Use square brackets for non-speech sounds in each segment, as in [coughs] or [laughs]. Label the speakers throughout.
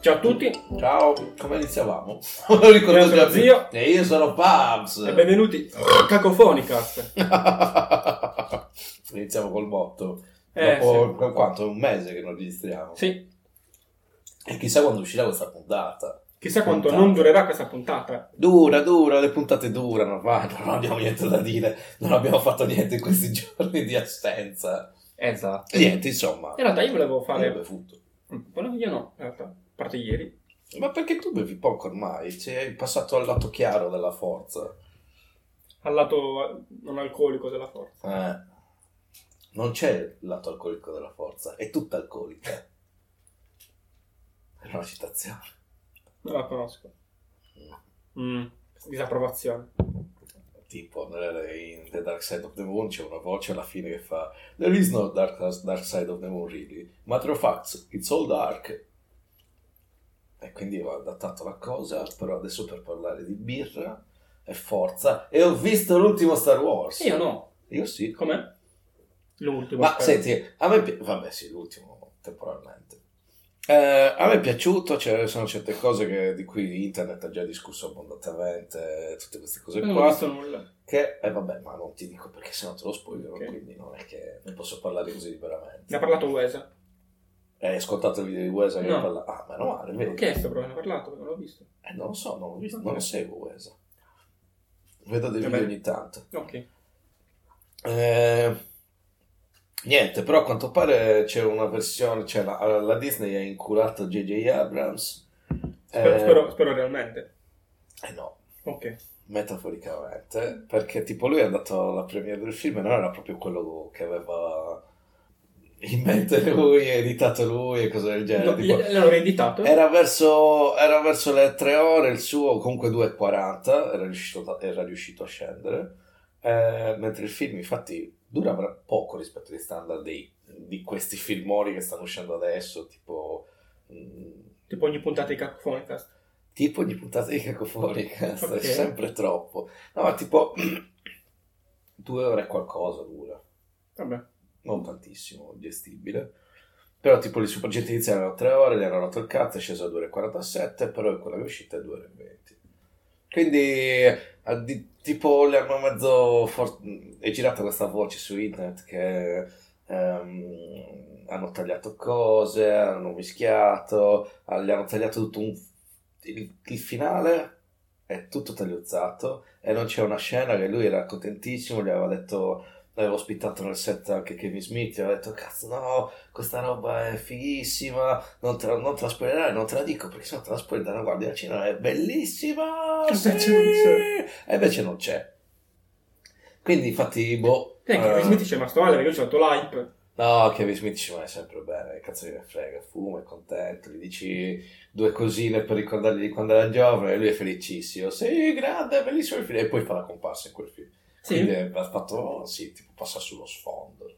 Speaker 1: Ciao a tutti
Speaker 2: Ciao, come iniziavamo? [laughs] Non lo ricordo
Speaker 1: Io sono
Speaker 2: già più.
Speaker 1: zio.
Speaker 2: E io sono Pabs.
Speaker 1: e benvenuti a Cacofonicast.
Speaker 2: [laughs] Iniziamo col botto.
Speaker 1: Eh,
Speaker 2: Dopo qu- quanto? Un mese che non registriamo.
Speaker 1: Sì,
Speaker 2: E chissà quando uscirà questa puntata.
Speaker 1: chissà quanto
Speaker 2: Puntata.
Speaker 1: non durerà questa puntata.
Speaker 2: Dura, dura, le puntate durano, vai, [laughs] non abbiamo niente da dire, non abbiamo fatto niente in questi [laughs] giorni di assenza.
Speaker 1: Esatto.
Speaker 2: E niente, insomma.
Speaker 1: In realtà io volevo
Speaker 2: Io ho
Speaker 1: fare...
Speaker 2: bevuto.
Speaker 1: Mm, volevo- Io no, in realtà, a parte ieri.
Speaker 2: Ma perché tu bevi poco ormai? Sei passato al lato chiaro della forza.
Speaker 1: Al lato non alcolico della forza.
Speaker 2: Eh, non c'è il lato alcolico della forza, è tutta alcolica. È una citazione.
Speaker 1: Non la conosco. Mm, Disapprovazione.
Speaker 2: Tipo nel- in The Dark Side of the Moon c'è una voce alla fine che fa There is no dark, dark side of the moon really, matter of fact, it's all dark. E quindi ho adattato la cosa, però adesso per parlare di birra e forza. E ho visto l'ultimo Star Wars.
Speaker 1: Sì o no?
Speaker 2: Io sì.
Speaker 1: Com'è? L'ultimo.
Speaker 2: Ma
Speaker 1: aspetta.
Speaker 2: senti, a me pi- vabbè, sì, l'ultimo temporalmente. Eh, a me è piaciuto, ci sono certe cose che- di cui internet ha già discusso abbondantemente, tutte queste cose
Speaker 1: Non Eh, ho
Speaker 2: qua.
Speaker 1: visto nulla.
Speaker 2: Che, eh, vabbè, ma non ti dico perché sennò te lo spoilerò,
Speaker 1: Ok.
Speaker 2: quindi non è che ne posso parlare così liberamente. Eh,
Speaker 1: Ne ha parlato Wesa.
Speaker 2: Hai ascoltato il video di Wesa che
Speaker 1: No.
Speaker 2: parla... Ah, meno male,
Speaker 1: Ho
Speaker 2: vedi?
Speaker 1: chiesto però, ne ha parlato, non l'ho visto.
Speaker 2: Eh, non lo so, non,
Speaker 1: visto.
Speaker 2: non lo seguo Wesa. Vedo dei
Speaker 1: Vabbè.
Speaker 2: video ogni tanto.
Speaker 1: Ok.
Speaker 2: Eh, niente, però a quanto pare c'è una versione, cioè la, la Disney ha incurato J.J. Abrams.
Speaker 1: Spero,
Speaker 2: Eh,
Speaker 1: spero- spero realmente.
Speaker 2: eh no,
Speaker 1: Ok.
Speaker 2: metaforicamente, perché tipo lui è andato alla premiere del film e non era proprio quello che aveva in mente lui, editato lui e cose del genere.
Speaker 1: No,
Speaker 2: Cioè, tipo-
Speaker 1: gli- L'hanno reeditato?
Speaker 2: era verso, era verso le 3 ore, il suo comunque 2.40, era riuscito, era riuscito a scendere, eh, mentre il film infatti dura ver- poco rispetto agli standard dei- di questi filmori che stanno uscendo adesso, tipo, mh,
Speaker 1: Tipo ogni puntata di Cacofonicast.
Speaker 2: tipo ogni puntata di Cacofonica, [laughs] è
Speaker 1: Ok.
Speaker 2: sempre troppo. No, ma tipo [clears throat] 2 ore e qualcosa dura
Speaker 1: Vabbè.
Speaker 2: non tantissimo, gestibile. Però tipo le supergenti iniziali erano 3 ore, gli hanno rotto il cazzo, è sceso a 2,47, però quella che è uscita è 2,20. Quindi eh, di- tipo le hanno mezzo... for- è girata questa voce su internet che ehm, hanno tagliato cose, hanno mischiato, ah, gli hanno tagliato tutto un... Il, il finale è tutto tagliuzzato e non c'è una scena che lui era contentissimo, gli aveva detto avevo ospitato nel set anche Kevin Smith e ho detto cazzo no questa roba è fighissima non te, la- non te la spoilerai non te la dico perché se no te la spoilerai guardi la Cina è bellissima
Speaker 1: E
Speaker 2: sì!"
Speaker 1: invece non c'è.
Speaker 2: e invece non c'è quindi infatti boh
Speaker 1: Sì, anche
Speaker 2: eh,
Speaker 1: Will Smith ci è rimasto male perché lui ci ha fatto l'hype.
Speaker 2: No, Kevin Smith ci vuole sempre bene, cazzo gliene frega, fuma, è contento, gli dici due cosine per ricordargli di quando era giovane e lui è felicissimo, sì, grande, bellissimo il film, e poi fa la comparsa in quel film.
Speaker 1: Sì.
Speaker 2: Quindi eh, ha fatto, oh, sì, tipo passa sullo sfondo.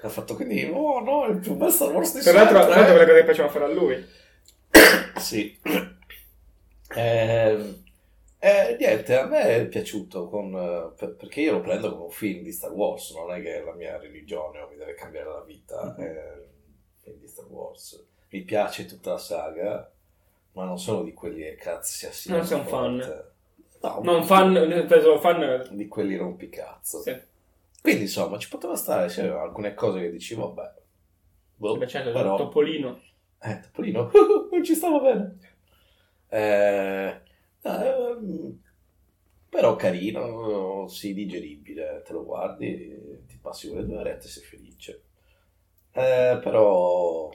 Speaker 2: Ha fatto quindi, oh no, è il più bel Star Wars di
Speaker 1: Tra l'altro, tra l'altro è
Speaker 2: sempre.
Speaker 1: quella cosa che piaceva fare a lui.
Speaker 2: Sì. Ehm, eh, niente, a me è piaciuto con, eh, per- perché io lo prendo come un film di Star Wars, non è che è la mia religione o mi deve cambiare la vita,
Speaker 1: Mhm.
Speaker 2: è un film di Star Wars. Mi piace tutta la saga, ma non sono di quelli che cazzo si assinano
Speaker 1: Non sei un fan.
Speaker 2: forte. No,
Speaker 1: Non fan, nel senso fan...
Speaker 2: di quelli rompicazzo.
Speaker 1: Sì.
Speaker 2: Quindi insomma, ci poteva stare, c'erano alcune cose che dici, vabbè, boh,
Speaker 1: Beh, certo,
Speaker 2: però...
Speaker 1: Topolino.
Speaker 2: Eh, Topolino, [laughs] non ci stava bene. Eh, ehm, però carino, sì, digeribile, te lo guardi, ti passi quelle due orette e sei felice. Eh, però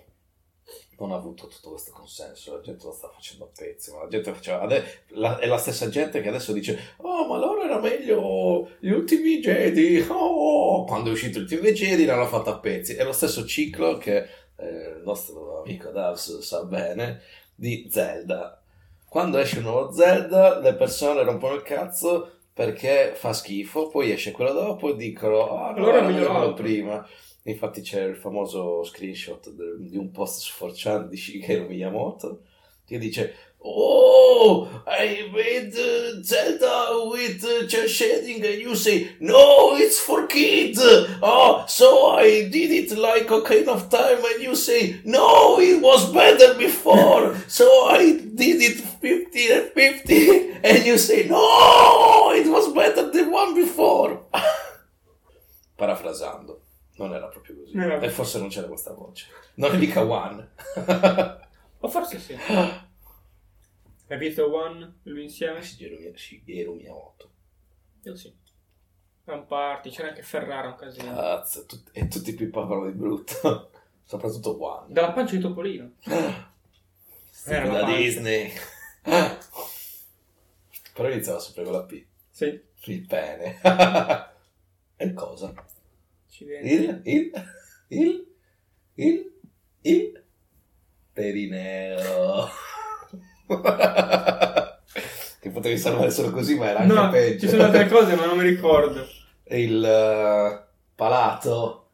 Speaker 2: non ha avuto tutto questo consenso, la gente lo sta facendo a pezzi, ma la gente faceva... ade- la- è la stessa gente che adesso dice «Oh, ma allora era meglio gli ultimi Jedi!» [laughs] oh, Quando è uscito gli ultimi Jedi l'hanno fatto a pezzi. È lo stesso ciclo che eh, il nostro amico Davs sa bene, di Zelda. Quando esce un nuovo Zelda, le persone rompono il cazzo perché fa schifo, poi esce quello dopo e dicono: Ah, no,
Speaker 1: Allora
Speaker 2: era meglio
Speaker 1: migliorato."
Speaker 2: quello prima. Infatti, c'è il famoso screenshot de- di un post su 4chan di Shigeru Miyamoto ti dice Oh, I made uh, Zelda with uh, cel shading and you say no, it's for kids. Oh, so I did it like a kind of time and you say no, it was better [laughs] before. so I did it 50 and 50 and you say no, it was better than one before. [laughs] Parafrasando, non era proprio così.
Speaker 1: No.
Speaker 2: E forse non c'era questa voce. Non è mica [laughs] one.
Speaker 1: Ma Oh, forse sì.
Speaker 2: Ah.
Speaker 1: Hai visto One, lui insieme?
Speaker 2: Shigeru Mia- Shigeru Miyamoto.
Speaker 1: Io sì. Non parti, c'era anche Ferrara un casino.
Speaker 2: Cazzo, tut- e tutti qui parlano di brutto. [laughs] Soprattutto One.
Speaker 1: Dalla pancia di Topolino. Era
Speaker 2: da
Speaker 1: la pancia.
Speaker 2: Disney. Però iniziava sempre con la P.
Speaker 1: Sì.
Speaker 2: Il pene. [laughs] e cosa?
Speaker 1: Accidenti.
Speaker 2: Il, il, il, il, il perineo. [laughs] che potevi salvare solo così, ma era anche
Speaker 1: No,
Speaker 2: peggio.
Speaker 1: ci sono altre cose ma non mi ricordo.
Speaker 2: [laughs] Il eh, palato.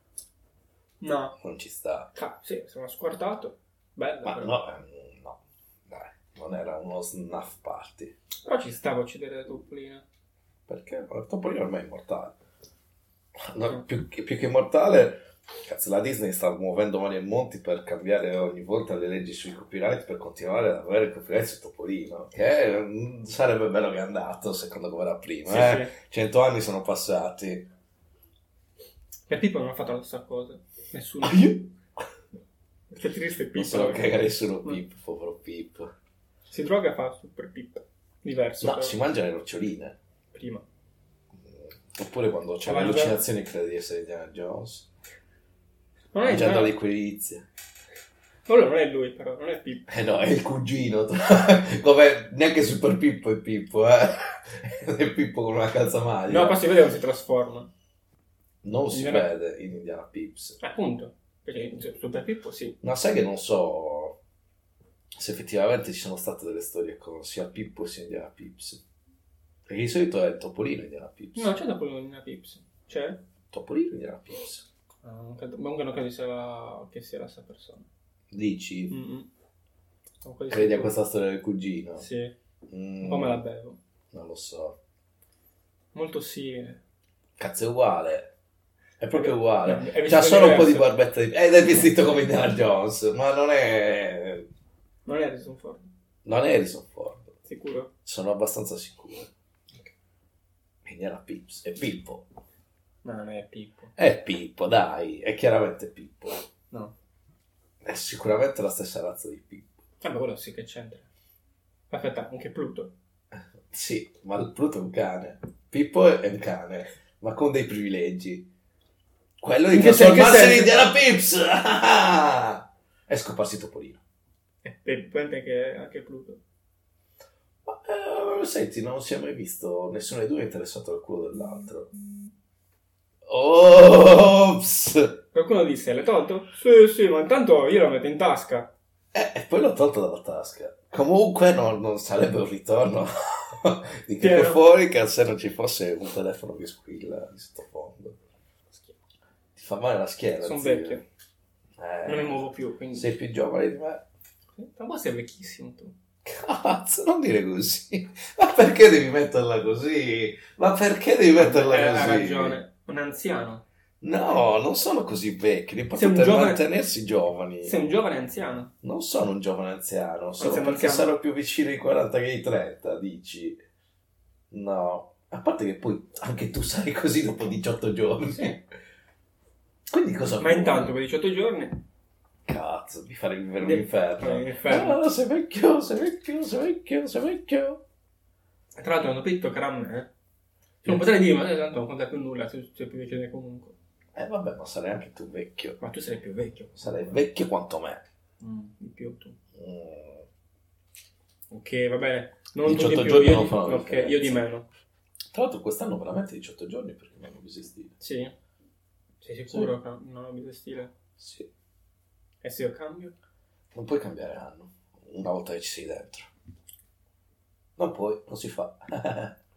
Speaker 1: No.
Speaker 2: Non ci sta.
Speaker 1: Ca- sì, sono squartato. Bello.
Speaker 2: Ma
Speaker 1: però.
Speaker 2: no, ehm, no, dai, non era uno snuff party.
Speaker 1: Però ci stava a uccidere Topolino.
Speaker 2: Perché Topolino ormai è immortale. No, più, che- più che immortale, cazzo, la Disney sta muovendo mani e monti per cambiare ogni volta le leggi sui copyright per continuare ad avere il copyright su Topolino. Che mm, sarebbe bello che è andato, secondo come era prima.
Speaker 1: Sì,
Speaker 2: eh. Cento anni sono passati.
Speaker 1: sì. Per tipo non ha fatto la stessa cosa. Nessuno.
Speaker 2: [laughs]
Speaker 1: che triste
Speaker 2: Non
Speaker 1: Pippo.
Speaker 2: se lo caga nessuno,
Speaker 1: Mm.
Speaker 2: Pip, povero Pip.
Speaker 1: Si droga e fa super Pippo. Diverso.
Speaker 2: No,
Speaker 1: però,
Speaker 2: si mangia le noccioline.
Speaker 1: Prima.
Speaker 2: Oppure quando c'è
Speaker 1: Guarda.
Speaker 2: l'allucinazione crede di essere Indiana Jones.
Speaker 1: Non è,
Speaker 2: mangiando
Speaker 1: no,
Speaker 2: le querizie.
Speaker 1: quello non è lui però, non è Pippo.
Speaker 2: Eh no, è il cugino. [laughs] Come neanche Super Pippo è Pippo, eh. [laughs] È Pippo con una calzamaglia.
Speaker 1: No, poi si vede come si trasforma.
Speaker 2: Non si
Speaker 1: Indiana-
Speaker 2: vede in Indiana Pips.
Speaker 1: Appunto. Perché super Pippo sì.
Speaker 2: Ma sai che non so se effettivamente ci sono state delle storie con sia Pippo sia Indiana Pips. Perché di solito è il Topolino Indiana Pips.
Speaker 1: No, c'è Topolino Pips. C'è?
Speaker 2: Topolino Indiana Pips.
Speaker 1: Ah, non credo- comunque non credo sia la- che sia la stessa persona.
Speaker 2: Dici?
Speaker 1: Mm-mm. Comunque
Speaker 2: Credi
Speaker 1: sì.
Speaker 2: a questa storia del cugino?
Speaker 1: Sì,
Speaker 2: Mm,
Speaker 1: un po' me la bevo.
Speaker 2: non lo so.
Speaker 1: Molto simile.
Speaker 2: Cazzo, è uguale. È proprio
Speaker 1: Vabbè,
Speaker 2: uguale.
Speaker 1: è- è
Speaker 2: C'ha
Speaker 1: vestito
Speaker 2: solo un po' di
Speaker 1: Eh, diverso.
Speaker 2: barbetta di... ed è vestito come Indiana Jones, ma non è...
Speaker 1: Non è Harrison Ford,
Speaker 2: non è Harrison Ford,
Speaker 1: sicuro.
Speaker 2: sono abbastanza sicuro. Quindi era Pips, è Pippo,
Speaker 1: No, non è Pippo.
Speaker 2: è Pippo, dai, è chiaramente Pippo.
Speaker 1: No.
Speaker 2: È sicuramente la stessa razza di Pippo.
Speaker 1: Vabbè, quello sì che c'entra. Aspetta, anche Pluto.
Speaker 2: Sì, ma il Pluto è un cane. Pippo è un cane, ma con dei privilegi. Quello di
Speaker 1: In che sen- in che
Speaker 2: trasformarsi in
Speaker 1: senso?
Speaker 2: Indiana Pips! [laughs] è scomparsi Topolino.
Speaker 1: E e prende Eh, che anche Pluto.
Speaker 2: Ma, eh, senti, non si è mai visto nessuno dei due interessato al culo dell'altro. Ops!
Speaker 1: Qualcuno disse, l'hai tolto? Sì, sì, ma intanto io la metto in tasca.
Speaker 2: Eh, e poi l'ho tolto dalla tasca. Comunque non, non sarebbe un ritorno [laughs] di tipo
Speaker 1: Chiaro.
Speaker 2: fuori che se non ci fosse un telefono che squilla di sottofondo. Ti fa male la schiena.
Speaker 1: Sono
Speaker 2: zio.
Speaker 1: vecchio.
Speaker 2: Eh,
Speaker 1: Non mi muovo più, quindi...
Speaker 2: Sei più giovane di me. [laughs]
Speaker 1: Ma poi sei vecchissimo tu.
Speaker 2: Cazzo, non dire così. Ma perché devi metterla così? Ma perché devi metterla
Speaker 1: Eh,
Speaker 2: così?
Speaker 1: Ha ragione. Un anziano.
Speaker 2: No, non sono così vecchi,
Speaker 1: Sei
Speaker 2: l'importante
Speaker 1: un
Speaker 2: è
Speaker 1: giovane-
Speaker 2: mantenersi giovani.
Speaker 1: Sei un giovane anziano.
Speaker 2: Non sono un giovane anziano, solo
Speaker 1: sei un
Speaker 2: perché
Speaker 1: anziano.
Speaker 2: sarò più vicino ai 40 che ai 30, dici? No, a parte che poi anche tu sarai così dopo 18 giorni.
Speaker 1: Sì.
Speaker 2: Quindi cosa
Speaker 1: Ma
Speaker 2: vuoi?
Speaker 1: intanto per 18 giorni
Speaker 2: Eh. Cazzo, mi farei vivere un
Speaker 1: Devi-
Speaker 2: inferno.
Speaker 1: un inferno.
Speaker 2: Ah, sei vecchio, sei vecchio, sei vecchio, sei vecchio.
Speaker 1: E Tra l'altro hanno detto che era a me. Non potrei dire, ma tanto non conta più nulla se sei più vecchio di te comunque.
Speaker 2: Eh vabbè, ma sarai anche tu vecchio.
Speaker 1: Ma tu sarai più vecchio.
Speaker 2: Sarai vecchio quanto me.
Speaker 1: Mm, di più tu.
Speaker 2: Mm.
Speaker 1: Ok, va bene. Non tu
Speaker 2: 18
Speaker 1: di più,
Speaker 2: giorni
Speaker 1: io
Speaker 2: non
Speaker 1: di-
Speaker 2: fanno la
Speaker 1: Ok,
Speaker 2: differenza.
Speaker 1: io di meno.
Speaker 2: Tra l'altro quest'anno veramente 18 giorni perché mi hanno resistito.
Speaker 1: Sì. Sei sicuro che non ho bisogno di stile?
Speaker 2: Sì.
Speaker 1: E se io Eh cambio?
Speaker 2: Non puoi cambiare anno una volta che ci sei dentro. Non puoi, non si fa. [laughs]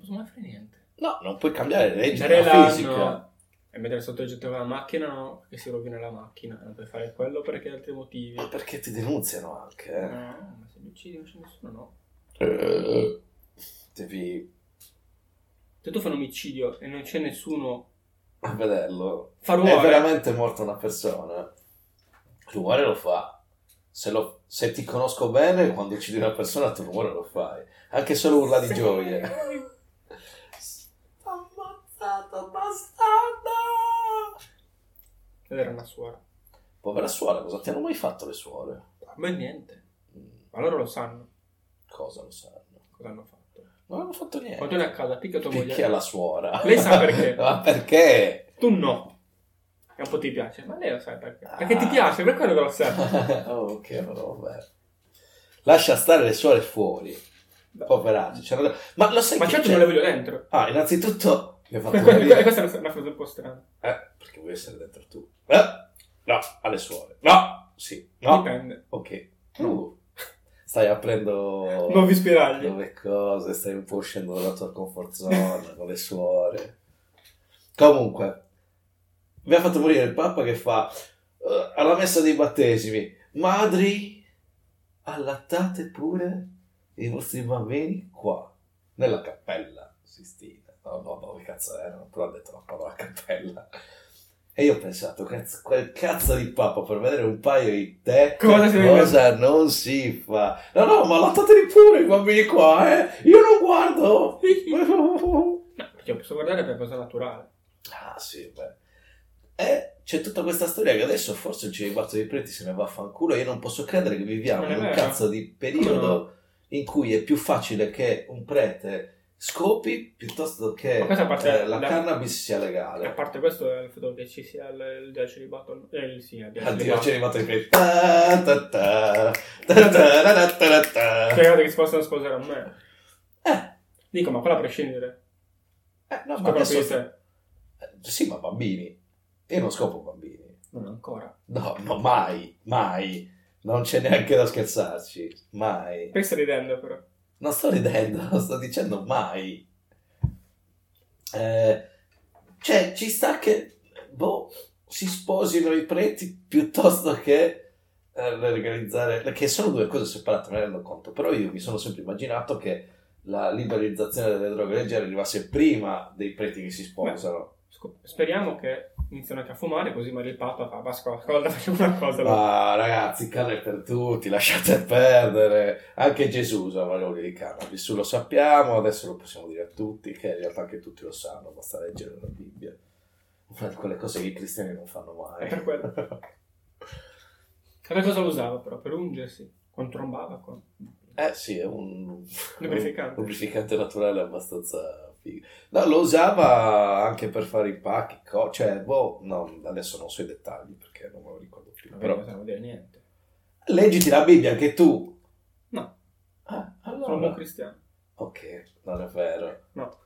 Speaker 1: Non posso mai fare niente.
Speaker 2: no, non puoi cambiare le leggi
Speaker 1: Cambiare
Speaker 2: della
Speaker 1: l'anno.
Speaker 2: fisica.
Speaker 1: E e mettere sotto il gettone la macchina no, che si rovina la macchina, non puoi fare quello perché altri motivi.
Speaker 2: Ma perché ti denunziano anche? eh?
Speaker 1: No, ma se mi uccidi non c'è nessuno, no.
Speaker 2: Eh, Devi
Speaker 1: Se tu fai un omicidio e non c'è nessuno,
Speaker 2: a vederlo.
Speaker 1: fa
Speaker 2: È
Speaker 1: rumore.
Speaker 2: veramente morta una persona. Rumore lo fa. Se, lo- se ti conosco bene, quando uccidi una persona, tu rumore lo fai. Anche solo urla di
Speaker 1: Sì.
Speaker 2: gioia. Ammazzato, bastardo!
Speaker 1: Ed era una suora.
Speaker 2: Povera suora, cosa ti hanno mai fatto le suore?
Speaker 1: Ma niente.
Speaker 2: Mm,
Speaker 1: Ma loro lo sanno
Speaker 2: Cosa lo sanno?
Speaker 1: cosa hanno fatto.
Speaker 2: Non hanno fatto niente.
Speaker 1: Quando torni a casa, picchia tua moglie.
Speaker 2: Eh. Picchia la suora.
Speaker 1: Lei sa
Speaker 2: [laughs]
Speaker 1: perché.
Speaker 2: Ma perché?
Speaker 1: Tu no. E un po' ti piace, ma lei lo sai perché.
Speaker 2: Ah.
Speaker 1: Perché ti piace, per quello che lo sai.
Speaker 2: [laughs] oh, che roba. Lascia stare le suore fuori. Poveracci. c'era- Ma lo sai
Speaker 1: Ma
Speaker 2: che
Speaker 1: certo
Speaker 2: c'è-
Speaker 1: non le voglio dentro.
Speaker 2: Ah, innanzitutto mi ha
Speaker 1: [laughs]
Speaker 2: fatto
Speaker 1: Questa
Speaker 2: morire.
Speaker 1: questa è una- una frase un po' strana.
Speaker 2: Eh, perché vuoi essere dentro tu? Eh? No, alle suore. No, sì, no.
Speaker 1: Dipende.
Speaker 2: [laughs] Ok. Uh, Stai aprendo
Speaker 1: Nuovi spiragli.
Speaker 2: nuove cose, stai un po' uscendo dalla tua comfort zone con le suore. Comunque, mi ha fatto morire il Papa che fa eh, alla messa dei battesimi, madri, allattate pure i vostri bambini qua, nella cappella Sistina. No, no, dove cazzo erano, però ha detto la parola cappella. E io ho pensato, cazzo, quel cazzo di papa per vedere un paio di te
Speaker 1: Cosa
Speaker 2: cosa,
Speaker 1: si
Speaker 2: non si fa. No, no, ma allattateli pure i bambini qua, eh. Io non guardo.
Speaker 1: No, perché posso guardare per cosa naturale.
Speaker 2: Ah, sì, beh. E c'è tutta questa storia che adesso forse il celibato dei preti se ne va a fanculo. Io non posso credere che viviamo
Speaker 1: Non è
Speaker 2: in un
Speaker 1: vero.
Speaker 2: cazzo di periodo in cui è più facile che un prete scopi piuttosto che
Speaker 1: Ma questa parte-
Speaker 2: eh, la,
Speaker 1: la-
Speaker 2: cannabis sia
Speaker 1: A
Speaker 2: legale.
Speaker 1: parte questo, è il fatto che ci sia il, il dio celibato. Eh, il- sì, il dio
Speaker 2: Addio,
Speaker 1: celibato.
Speaker 2: c'è arrivato il prete. Ta, ta, ta, ta, ta, ra, ra, ta, ra, ta.
Speaker 1: Cioè, guarda che si possono sposare a me.
Speaker 2: Eh,
Speaker 1: Dico, ma quella a prescindere.
Speaker 2: eh, no, ma
Speaker 1: Sopra
Speaker 2: adesso-
Speaker 1: di te.
Speaker 2: Eh, Sì, ma bambini. Io non scopo bambini.
Speaker 1: Non ancora.
Speaker 2: No, no, mai, mai. Non c'è neanche da scherzarci. Mai.
Speaker 1: Perché stai ridendo, però?
Speaker 2: Non sto ridendo, [laughs] sto dicendo mai. Eh, cioè, ci sta che, boh, si sposino i preti piuttosto che eh, legalizzare... Che sono due cose separate, me ne rendo conto. Però io mi sono sempre immaginato che la liberalizzazione delle droghe leggere arrivasse prima dei preti che si sposano.
Speaker 1: Scop- Speriamo che iniziano anche a fumare, così magari il Papa fa, Vasco, ascolta, [laughs] facciamo una cosa.
Speaker 2: Ma ragazzi, canna è per tutti, lasciate perdere. Anche Gesù usava le oli di cannabis, lo sappiamo, adesso lo possiamo dire a tutti, che in realtà anche tutti lo sanno, basta leggere la Bibbia. Una di quelle cose che i cristiani non fanno
Speaker 1: È per
Speaker 2: mai.
Speaker 1: quello. Che cosa lo usava, però? Per ungersi. Con trombava, con...
Speaker 2: [laughs] Eh sì, è un
Speaker 1: Lubrificante.
Speaker 2: un lubrificante naturale abbastanza figo. No, lo usava anche per fare i pacchi, co- cioè, boh, no, adesso non so i dettagli perché non me lo ricordo più.
Speaker 1: Vabbè,
Speaker 2: Però
Speaker 1: cosa non vuol dire niente.
Speaker 2: leggiti la Bibbia anche tu.
Speaker 1: No.
Speaker 2: Ah,
Speaker 1: Sono un
Speaker 2: allora.
Speaker 1: buon cristiano.
Speaker 2: Ok, non è vero.
Speaker 1: No.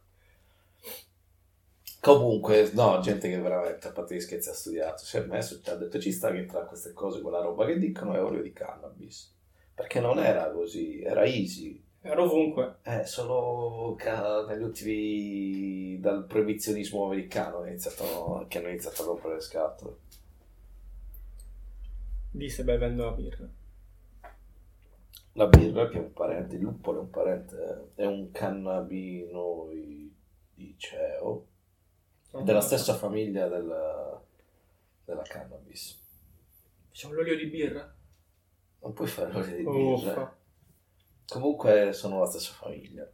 Speaker 2: Comunque, no, gente che veramente a parte gli scherzi ha studiato, si è messo, ci ha detto ci sta che tra queste cose quella roba che dicono è olio di cannabis. Perché non era così, era easy.
Speaker 1: Ero ovunque.
Speaker 2: Eh, solo ca- negli ultimi... dal proibizionismo americano è iniziato- che hanno iniziato a rompere le scatole.
Speaker 1: Disse bevendo la birra.
Speaker 2: La birra, che è un parente, il luppolo è un parente, è un cannabinoidiceo. della stessa famiglia della, della cannabis.
Speaker 1: Facciamo l'olio di birra?
Speaker 2: Non puoi fare l'olio di birra.
Speaker 1: Uffa.
Speaker 2: Comunque sono la stessa famiglia.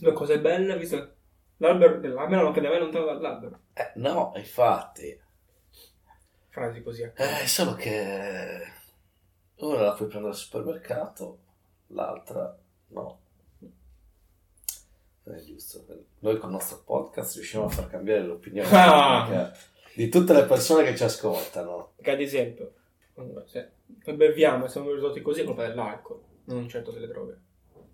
Speaker 1: Due cose belle, visto... L'albero dell'albero non cadeva mai lontano dall'albero.
Speaker 2: Eh, no, infatti.
Speaker 1: Frasi così a caso.
Speaker 2: Eh, solo che una la puoi prendere al supermercato, l'altra no. Non è giusto. Noi con il nostro podcast riusciamo a far cambiare
Speaker 1: [laughs]
Speaker 2: l'opinione
Speaker 1: Ah.
Speaker 2: pubblica di tutte le persone che ci ascoltano.
Speaker 1: Che ad esempio, quando- se noi beviamo e siamo risolti così è colpa dell'alcol, non certo delle droghe.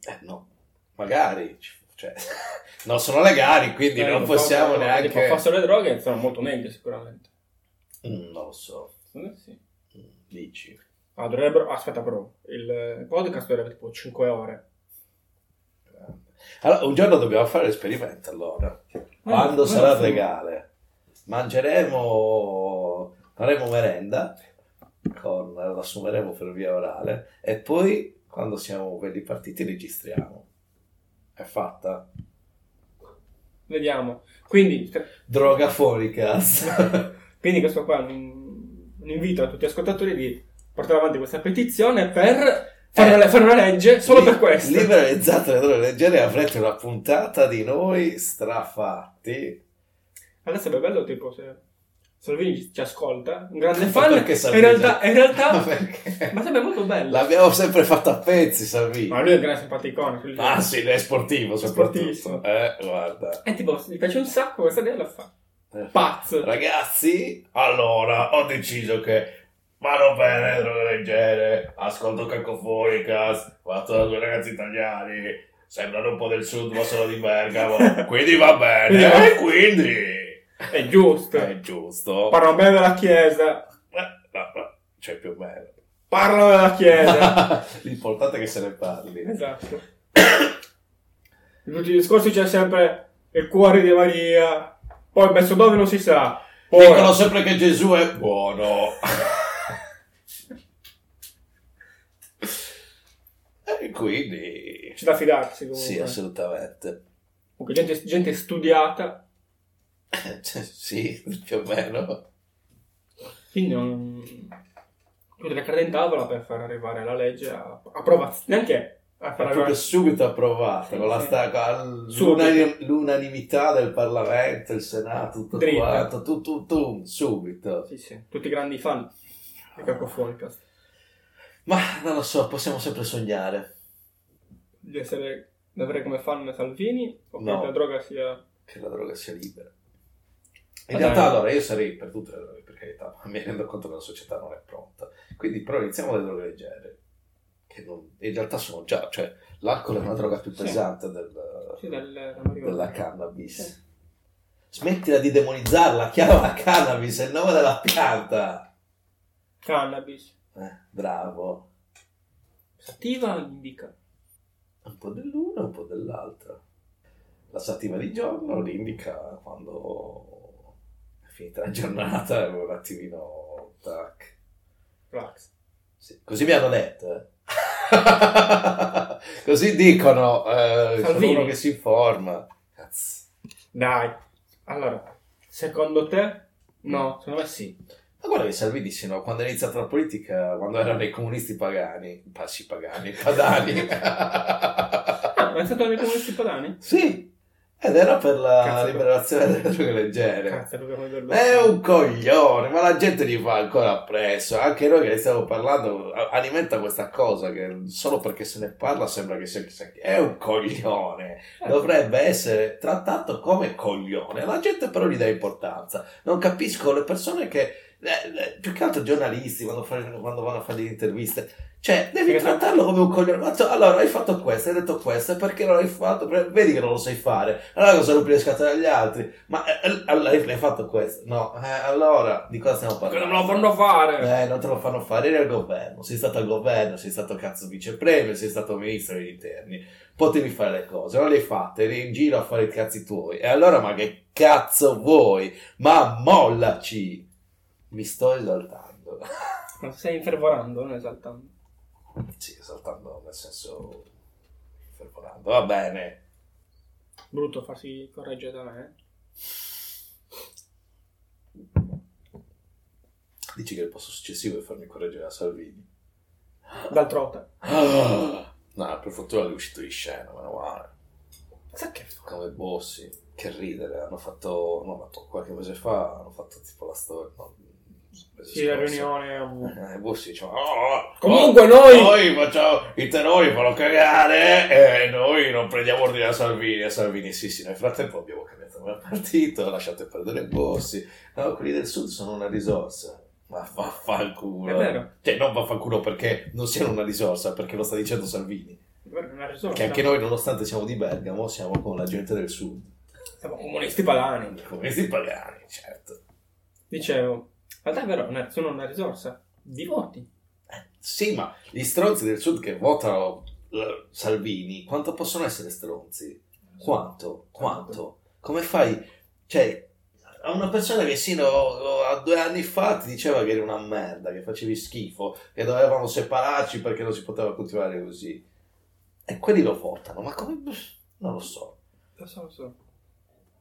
Speaker 2: Eh, no. Magari. Cioè, [laughs] non sono legali, quindi
Speaker 1: Eh,
Speaker 2: non possiamo
Speaker 1: fa-
Speaker 2: neanche...
Speaker 1: Tipo, fossero le droghe sono molto meglio sicuramente.
Speaker 2: Mm, non lo so,
Speaker 1: Eh, sì.
Speaker 2: Mm, dici.
Speaker 1: Ah, dovrebbero... Aspetta però, il eh, podcast dovrebbe tipo 5 ore. Eh,
Speaker 2: Allora, un giorno dobbiamo fare l'esperimento allora. Quando
Speaker 1: Ma-
Speaker 2: sarà
Speaker 1: ma-
Speaker 2: legale, mangeremo, faremo merenda, con, l'assumeremo per via orale e poi quando siamo quelli partiti registriamo. È fatta.
Speaker 1: Vediamo. Quindi,
Speaker 2: Droga fuori casa.
Speaker 1: quindi questo qua è un, un invito a tutti gli ascoltatori di portare avanti questa petizione per fare,
Speaker 2: Eh.
Speaker 1: una, fare una legge [laughs] solo per questo.
Speaker 2: Liberalizzate le droghe leggere e avrete una puntata di noi strafatti.
Speaker 1: Adesso sarebbe bello tipo se Salvini ci- ci ascolta, un grande fan,
Speaker 2: Perché
Speaker 1: e in
Speaker 2: Salvini?
Speaker 1: realtà... e in
Speaker 2: [laughs]
Speaker 1: realtà-
Speaker 2: Perché?
Speaker 1: ma sarebbe molto bello.
Speaker 2: L'abbiamo sempre fatta a pezzi, Salvini.
Speaker 1: Ma lui è un grande simpaticone. quindi-
Speaker 2: Ah sì, è sportivo soprattutto.
Speaker 1: Sportissimo.
Speaker 2: Eh, guarda.
Speaker 1: E tipo, gli piace un sacco questa idea la fa.
Speaker 2: Eh.
Speaker 1: Pazzo.
Speaker 2: Ragazzi, allora ho deciso che vado bene le droghe leggere, ascolto Cacofonicas, vado due ragazzi italiani, sembrano un po' del sud ma sono di Bergamo, [laughs] quindi va bene, e quindi
Speaker 1: È giusto.
Speaker 2: è giusto.
Speaker 1: Parlano bene della chiesa.
Speaker 2: Eh, no, no, c'è più o meno.
Speaker 1: Parlano della
Speaker 2: Eh, [laughs]
Speaker 1: chiesa.
Speaker 2: L'importante è che se ne parli.
Speaker 1: esatto. In tutti i discorsi c'è sempre il cuore di Maria. Poi messo dove non si sa. Poi...
Speaker 2: Dicono sempre che Gesù è [laughs] buono. e quindi...
Speaker 1: C'è da fidarsi comunque.
Speaker 2: Sì, assolutamente. [laughs]
Speaker 1: Comunque, gente, gente studiata.
Speaker 2: Cioè, sì, più o meno.
Speaker 1: Quindi non... Tutte le carte in tavola per far arrivare la legge a approvazione. Neanche a far
Speaker 2: È
Speaker 1: arrivare...
Speaker 2: proprio subito approvata
Speaker 1: Sì,
Speaker 2: con la
Speaker 1: sì.
Speaker 2: sta- con l'unani- l'unanimità del Parlamento, il Senato, tutto
Speaker 1: Dritta.
Speaker 2: quanto, tu, tu, tu, subito.
Speaker 1: Sì, sì. Tutti i grandi fan di Cacofonicast.
Speaker 2: Ma non lo so, possiamo sempre sognare.
Speaker 1: di essere di avere come fan Salvini o
Speaker 2: No.
Speaker 1: che la droga sia
Speaker 2: Che la droga sia libera. In
Speaker 1: Ma
Speaker 2: realtà,
Speaker 1: dai.
Speaker 2: allora, io sarei per tutte le droghe, per carità, ma mi rendo conto che la società non è pronta. Quindi, però, iniziamo dalle droghe leggere, che non- in realtà sono già, cioè, l'alcol è una droga più
Speaker 1: Mm-hmm. Sì.
Speaker 2: pesante del,
Speaker 1: sì, del, della
Speaker 2: della
Speaker 1: marijuana.
Speaker 2: cannabis. Smettila di demonizzarla, chiama la cannabis, è il nome della pianta.
Speaker 1: cannabis
Speaker 2: Eh, bravo.
Speaker 1: sativa o indica
Speaker 2: Un po' dell'una, un po' dell'altra. La sativa di giorno l'indica quando è finita la giornata e un attimino tac.
Speaker 1: relax
Speaker 2: Sì, Così mi hanno detto. eh. [laughs] Così dicono, eh,
Speaker 1: Salvini.
Speaker 2: sono uno che si informa. Cazzo.
Speaker 1: dai allora secondo te no secondo me sì
Speaker 2: Ma guarda che Salvini sì, no? quando è iniziata la politica, quando erano i comunisti pagani,
Speaker 1: [laughs]
Speaker 2: passi pagani, padani.
Speaker 1: ah, ma è stato nei comunisti padani
Speaker 2: sì, ed era per la
Speaker 1: Cazzo.
Speaker 2: liberazione delle droghe leggere.
Speaker 1: cazzo dobbiamo vederlo
Speaker 2: È un coglione, ma la gente gli fa ancora appresso. Anche noi che ne stiamo parlando a- alimenta questa cosa che solo perché se ne parla sembra che sia chissà chi. È un coglione
Speaker 1: Eh,
Speaker 2: dovrebbe essere trattato come coglione. La gente però gli dà importanza. Non capisco le persone che, eh, eh, più che altro i giornalisti, quando, fanno- quando vanno a fare le interviste, cioè devi
Speaker 1: Perché-
Speaker 2: trattarlo come un coglione. Ma tu- allora hai fatto questo, hai detto questo, e perché non l'hai fatto? Perché Vedi che non lo sai fare. Allora cosa rompi le scatole agli altri? Ma eh, eh, allora, hai hai fatto questo? No, eh, allora di cosa stiamo
Speaker 1: che
Speaker 2: parlando?
Speaker 1: non me lo fanno fare
Speaker 2: Eh, non te lo fanno fare, eri al governo, sei stato al governo, sei stato cazzo vicepremio, sei stato ministro degli interni, potevi fare le cose, non le hai fatte, eri in giro a fare i cazzi tuoi, e allora ma che cazzo vuoi? Ma mollaci! Mi sto esaltando. [laughs]
Speaker 1: ma stai infervorando non esaltando
Speaker 2: sì, esaltando nel senso... fervorando, va bene.
Speaker 1: brutto farsi correggere da me eh.
Speaker 2: Dici che il passo successivo è farmi correggere da Salvini. [gasps]
Speaker 1: dal trota
Speaker 2: no, per fortuna lui è uscito di scena, meno male.
Speaker 1: sai che
Speaker 2: come Bossi, che ridere, hanno fatto, no, ma qualche mese fa hanno fatto tipo la storia, no, il mese
Speaker 1: sì la
Speaker 2: scorso.
Speaker 1: riunione um.
Speaker 2: Eh, Bossi diceva, "Oh,
Speaker 1: comunque
Speaker 2: oh,
Speaker 1: noi
Speaker 2: noi facciamo, i terrori fanno cagare e noi non prendiamo ordine da Salvini, e Salvini sì sì, nel frattempo abbiamo cambiato il partito, lasciate perdere Bossi, no, quelli del sud sono una risorsa. Ma
Speaker 1: è
Speaker 2: vaffanculo.
Speaker 1: vero
Speaker 2: Cioè, non vaffanculo perché non siano una risorsa, perché lo sta dicendo Salvini.
Speaker 1: è vero, non ha
Speaker 2: Che
Speaker 1: risolto
Speaker 2: anche noi, nonostante siamo di Bergamo, siamo con la gente del sud.
Speaker 1: siamo comunisti padani
Speaker 2: Comunisti pagani, certo.
Speaker 1: Dicevo, in realtà è vero, una- sono una risorsa di voti.
Speaker 2: Eh, Sì, ma gli stronzi del sud che votano eh, Salvini, quanto possono essere stronzi? Quanto? Quanto? Come fai Cioè, a una persona che sino oh, a due anni fa ti diceva che eri una merda, che facevi schifo, che dovevamo separarci perché non si poteva continuare così. E quelli lo fottano, ma come... Non lo so,
Speaker 1: Lo so, lo so.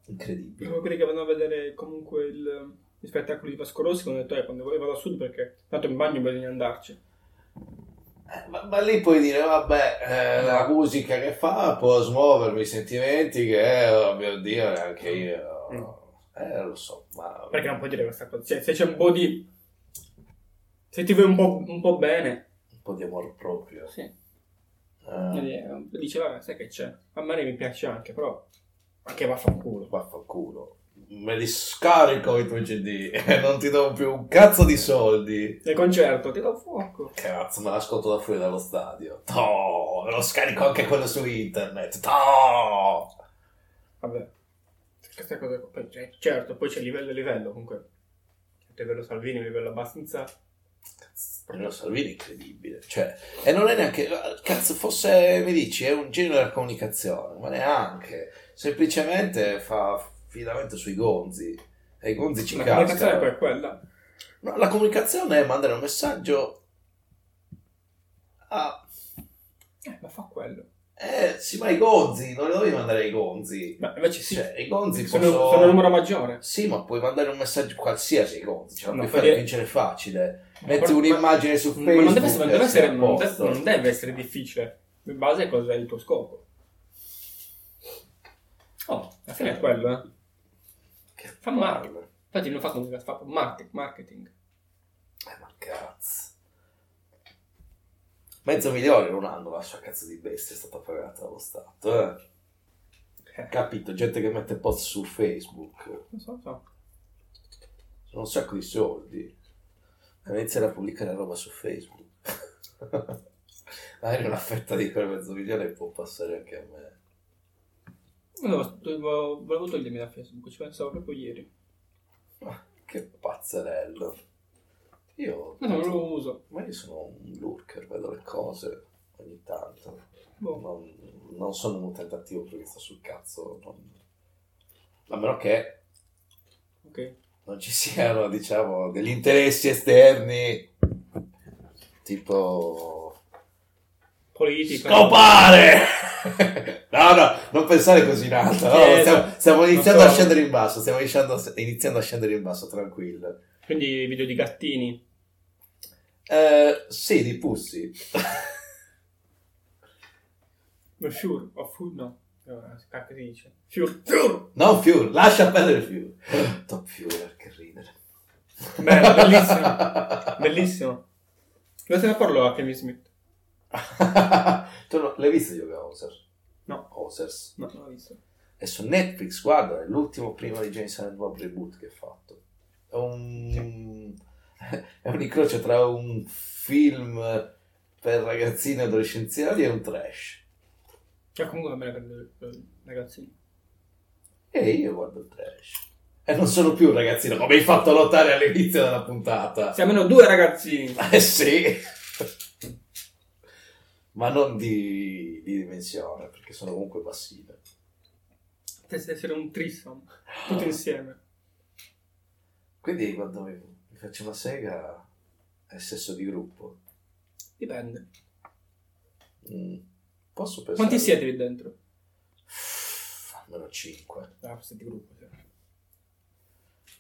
Speaker 2: incredibile.
Speaker 1: Come quelli che vanno a vedere comunque il, gli spettacoli di Vasco Rossi, che hanno detto, eh, quando vuoi vado a sud perché tanto in bagno bisogna andarci.
Speaker 2: Eh, ma, ma lì puoi dire, vabbè, eh, la musica che fa può smuovermi i sentimenti che, oh mio Dio, neanche io...
Speaker 1: Mm.
Speaker 2: Eh, lo so, ma...
Speaker 1: Perché non puoi dire questa cosa? Se, se c'è un po' di... Se ti vuoi un po', un po' bene...
Speaker 2: Un po' di amor proprio.
Speaker 1: Sì.
Speaker 2: Eh.
Speaker 1: Diceva, sai che c'è? A me mi piace anche, però... Anche vaffanculo.
Speaker 2: Vaffanculo. Me li scarico i tuoi CD [laughs] e non ti do più un cazzo di soldi.
Speaker 1: Nel concerto ti do fuoco.
Speaker 2: Cazzo, me l'ascolto da fuori dallo stadio. Toh, me lo scarico anche quello su internet. Toh.
Speaker 1: Vabbè. Questa cosa qua. Poi, cioè, certo, poi c'è livello e livello, comunque. Certo, Il livello Salvini, il livello abbastanza...
Speaker 2: Lo Salvini è incredibile. Cioè, e non è neanche. ah, Cazzo, forse mi dici è un genio della comunicazione, ma neanche. Semplicemente fa affidamento sui gonzi. E i gonzi ci
Speaker 1: La
Speaker 2: cascano.
Speaker 1: comunicazione poi è quella.
Speaker 2: No, la comunicazione è mandare un messaggio a
Speaker 1: Eh, ma fa quello.
Speaker 2: Eh sì, ma i gonzi, non li dovevi mandare i gonzi.
Speaker 1: Ma invece sì.
Speaker 2: Cioè, i gonzi
Speaker 1: sono,
Speaker 2: possono...
Speaker 1: sono il numero maggiore.
Speaker 2: Sì, ma puoi mandare un messaggio qualsiasi ai gonzi, cioè, non
Speaker 1: No,
Speaker 2: puoi fare
Speaker 1: perché-
Speaker 2: vincere facile. Metti
Speaker 1: Ma-
Speaker 2: un'immagine su
Speaker 1: Ma
Speaker 2: Facebook
Speaker 1: non deve essere, non deve
Speaker 2: e sei
Speaker 1: essere-
Speaker 2: a
Speaker 1: non
Speaker 2: posto.
Speaker 1: deve- non deve essere difficile. In base a cosa è il tuo scopo. Oh, alla fine è quello, eh.
Speaker 2: Che
Speaker 1: Fa male. Infatti non fa comunicazione, fa market- marketing.
Speaker 2: Eh, ma cazzo. Mezzo milione in un anno la sua cazzo di bestia è stata pagata dallo Stato, eh.
Speaker 1: Eh,
Speaker 2: Capito? Gente che mette post su Facebook.
Speaker 1: non so, so.
Speaker 2: Sono un sacco di soldi. Devo iniziare a pubblicare roba su Facebook. [laughs] Magari una fetta di quel mezzo milione può passare anche a me.
Speaker 1: No, dovevo- volevo togliermi da Facebook, ci pensavo proprio ieri.
Speaker 2: Ma che pazzerello. Io...
Speaker 1: No, non lo uso.
Speaker 2: Ma io sono un lurker, vedo le cose ogni tanto.
Speaker 1: Boh.
Speaker 2: Non, non sono un utente attivo perché sto sul cazzo. non- A meno che
Speaker 1: Ok.
Speaker 2: non ci [laughs] siano, diciamo, degli interessi esterni. Tipo...
Speaker 1: Politica.
Speaker 2: Scopare! [laughs] No, no, non pensare così in alto. no,
Speaker 1: Eh,
Speaker 2: stiamo,
Speaker 1: no.
Speaker 2: stiamo
Speaker 1: Non
Speaker 2: iniziando
Speaker 1: so.
Speaker 2: a scendere in basso. Stiamo iniziando, iniziando a scendere in basso, tranquillo.
Speaker 1: Quindi video di gattini.
Speaker 2: Eh, sì, di Pussy. [laughs]
Speaker 1: No, sure. O oh, fu- no. Eh, Cacchio si dice. Sure. Sure.
Speaker 2: Non Fiur, lascia
Speaker 1: [laughs]
Speaker 2: perdere Fiur. Top Fiur, che ridere.
Speaker 1: Bello, bellissimo.
Speaker 2: [laughs]
Speaker 1: Bellissimo. Dove se ne parlò a Kevin Smith?
Speaker 2: [laughs] tu no- l'hai visto Yoga Hoser?
Speaker 1: No.
Speaker 2: Hosers.
Speaker 1: No, non l'ho visto.
Speaker 2: È su Netflix, guarda, è l'ultimo prima di James and Bob reboot che ha fatto. È un... [laughs] è un incrocio tra un film per ragazzini adolescenziali e un trash.
Speaker 1: Cioè, comunque va bene per eh, ragazzini.
Speaker 2: E io guardo il trash. E non sono più un ragazzino, come hai fatto notare all'inizio della puntata.
Speaker 1: Se almeno due ragazzini.
Speaker 2: [laughs] Eh sì. Ma non di, di dimensione, perché sono comunque bassine.
Speaker 1: Potesse essere un threesome. Tutti insieme.
Speaker 2: Quindi quando mi, mi faccio una sega è sesso di gruppo.
Speaker 1: Dipende.
Speaker 2: Mm. Posso pensare?
Speaker 1: Quanti siete lì dentro?
Speaker 2: Almeno 5.
Speaker 1: Ah, siete di gruppo. sì.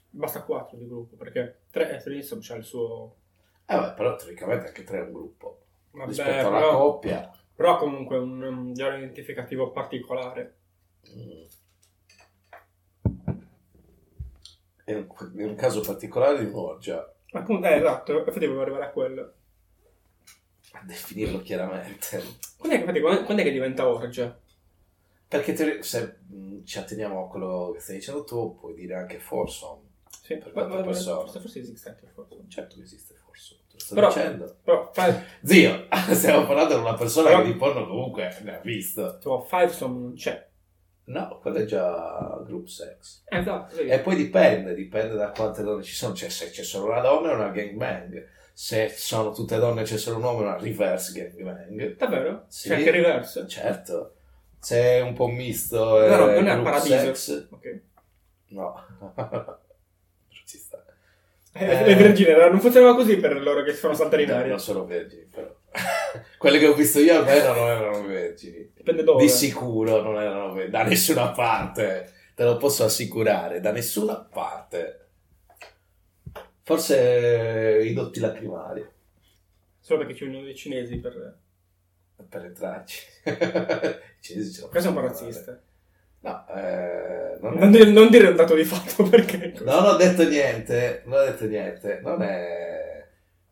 Speaker 1: Basta quattro di gruppo, perché tre, eh, threesome c'ha il suo...
Speaker 2: Eh vabbè, però teoricamente anche 3 è un gruppo.
Speaker 1: Vabbè,
Speaker 2: Rispetto alla coppia.
Speaker 1: Però comunque un, un diario identificativo particolare.
Speaker 2: Mm. È un, è un caso particolare di un'orgia.
Speaker 1: Appunto, eh, esatto, infatti volevo arrivare a quello.
Speaker 2: a definirlo chiaramente.
Speaker 1: Quando è, che- infatti, quando, quando è che diventa orgia?
Speaker 2: Perché teori- se mh, ci atteniamo a quello che stai dicendo tu, puoi dire anche foursome.
Speaker 1: Sì,
Speaker 2: Per quante
Speaker 1: ma- ma-
Speaker 2: persone?
Speaker 1: Forse, forse esiste anche forse.
Speaker 2: Certo che esiste foursome, te lo sto
Speaker 1: Però-
Speaker 2: dicendo.
Speaker 1: Però five,
Speaker 2: Zio, [laughs] stiamo parlando di una persona
Speaker 1: Però-
Speaker 2: che di porno comunque ne ha visto.
Speaker 1: insomma, five some non c'è.
Speaker 2: No, quello è già group sex.
Speaker 1: Eh, Esatto, sì.
Speaker 2: E poi dipende, dipende da quante donne ci sono. Cioè, se c'è solo una donna è una gangbang. Se sono tutte donne e c'è solo un uomo è una reverse gangbang.
Speaker 1: Davvero?
Speaker 2: Sì.
Speaker 1: C'è anche reverse?
Speaker 2: Certo. Se è un po' misto, è
Speaker 1: Però non è
Speaker 2: group
Speaker 1: paradiso.
Speaker 2: sex.
Speaker 1: Ok.
Speaker 2: No, [laughs] non ci sta.
Speaker 1: Eh, Le vergine era- non funzionava così per loro che si fanno saltare in
Speaker 2: No,
Speaker 1: aria.
Speaker 2: Eh, Non sono vergini, però. [laughs] Quelle che ho visto io almeno non erano vergini.
Speaker 1: Dipende dove.
Speaker 2: Di sicuro non erano vergini. Da nessuna parte. Te lo posso assicurare, da nessuna parte. Forse i dotti lacrimali
Speaker 1: Solo perché ci vogliono dei cinesi per...
Speaker 2: per entrarci. [laughs] I cinesi ce la
Speaker 1: Questo è un po'
Speaker 2: fanno
Speaker 1: razzista.
Speaker 2: male.
Speaker 1: [laughs]
Speaker 2: No, eh, non è-
Speaker 1: Non dire, non dire un dato di fatto [laughs] perché...
Speaker 2: Non ho detto niente, non ho detto niente, non è,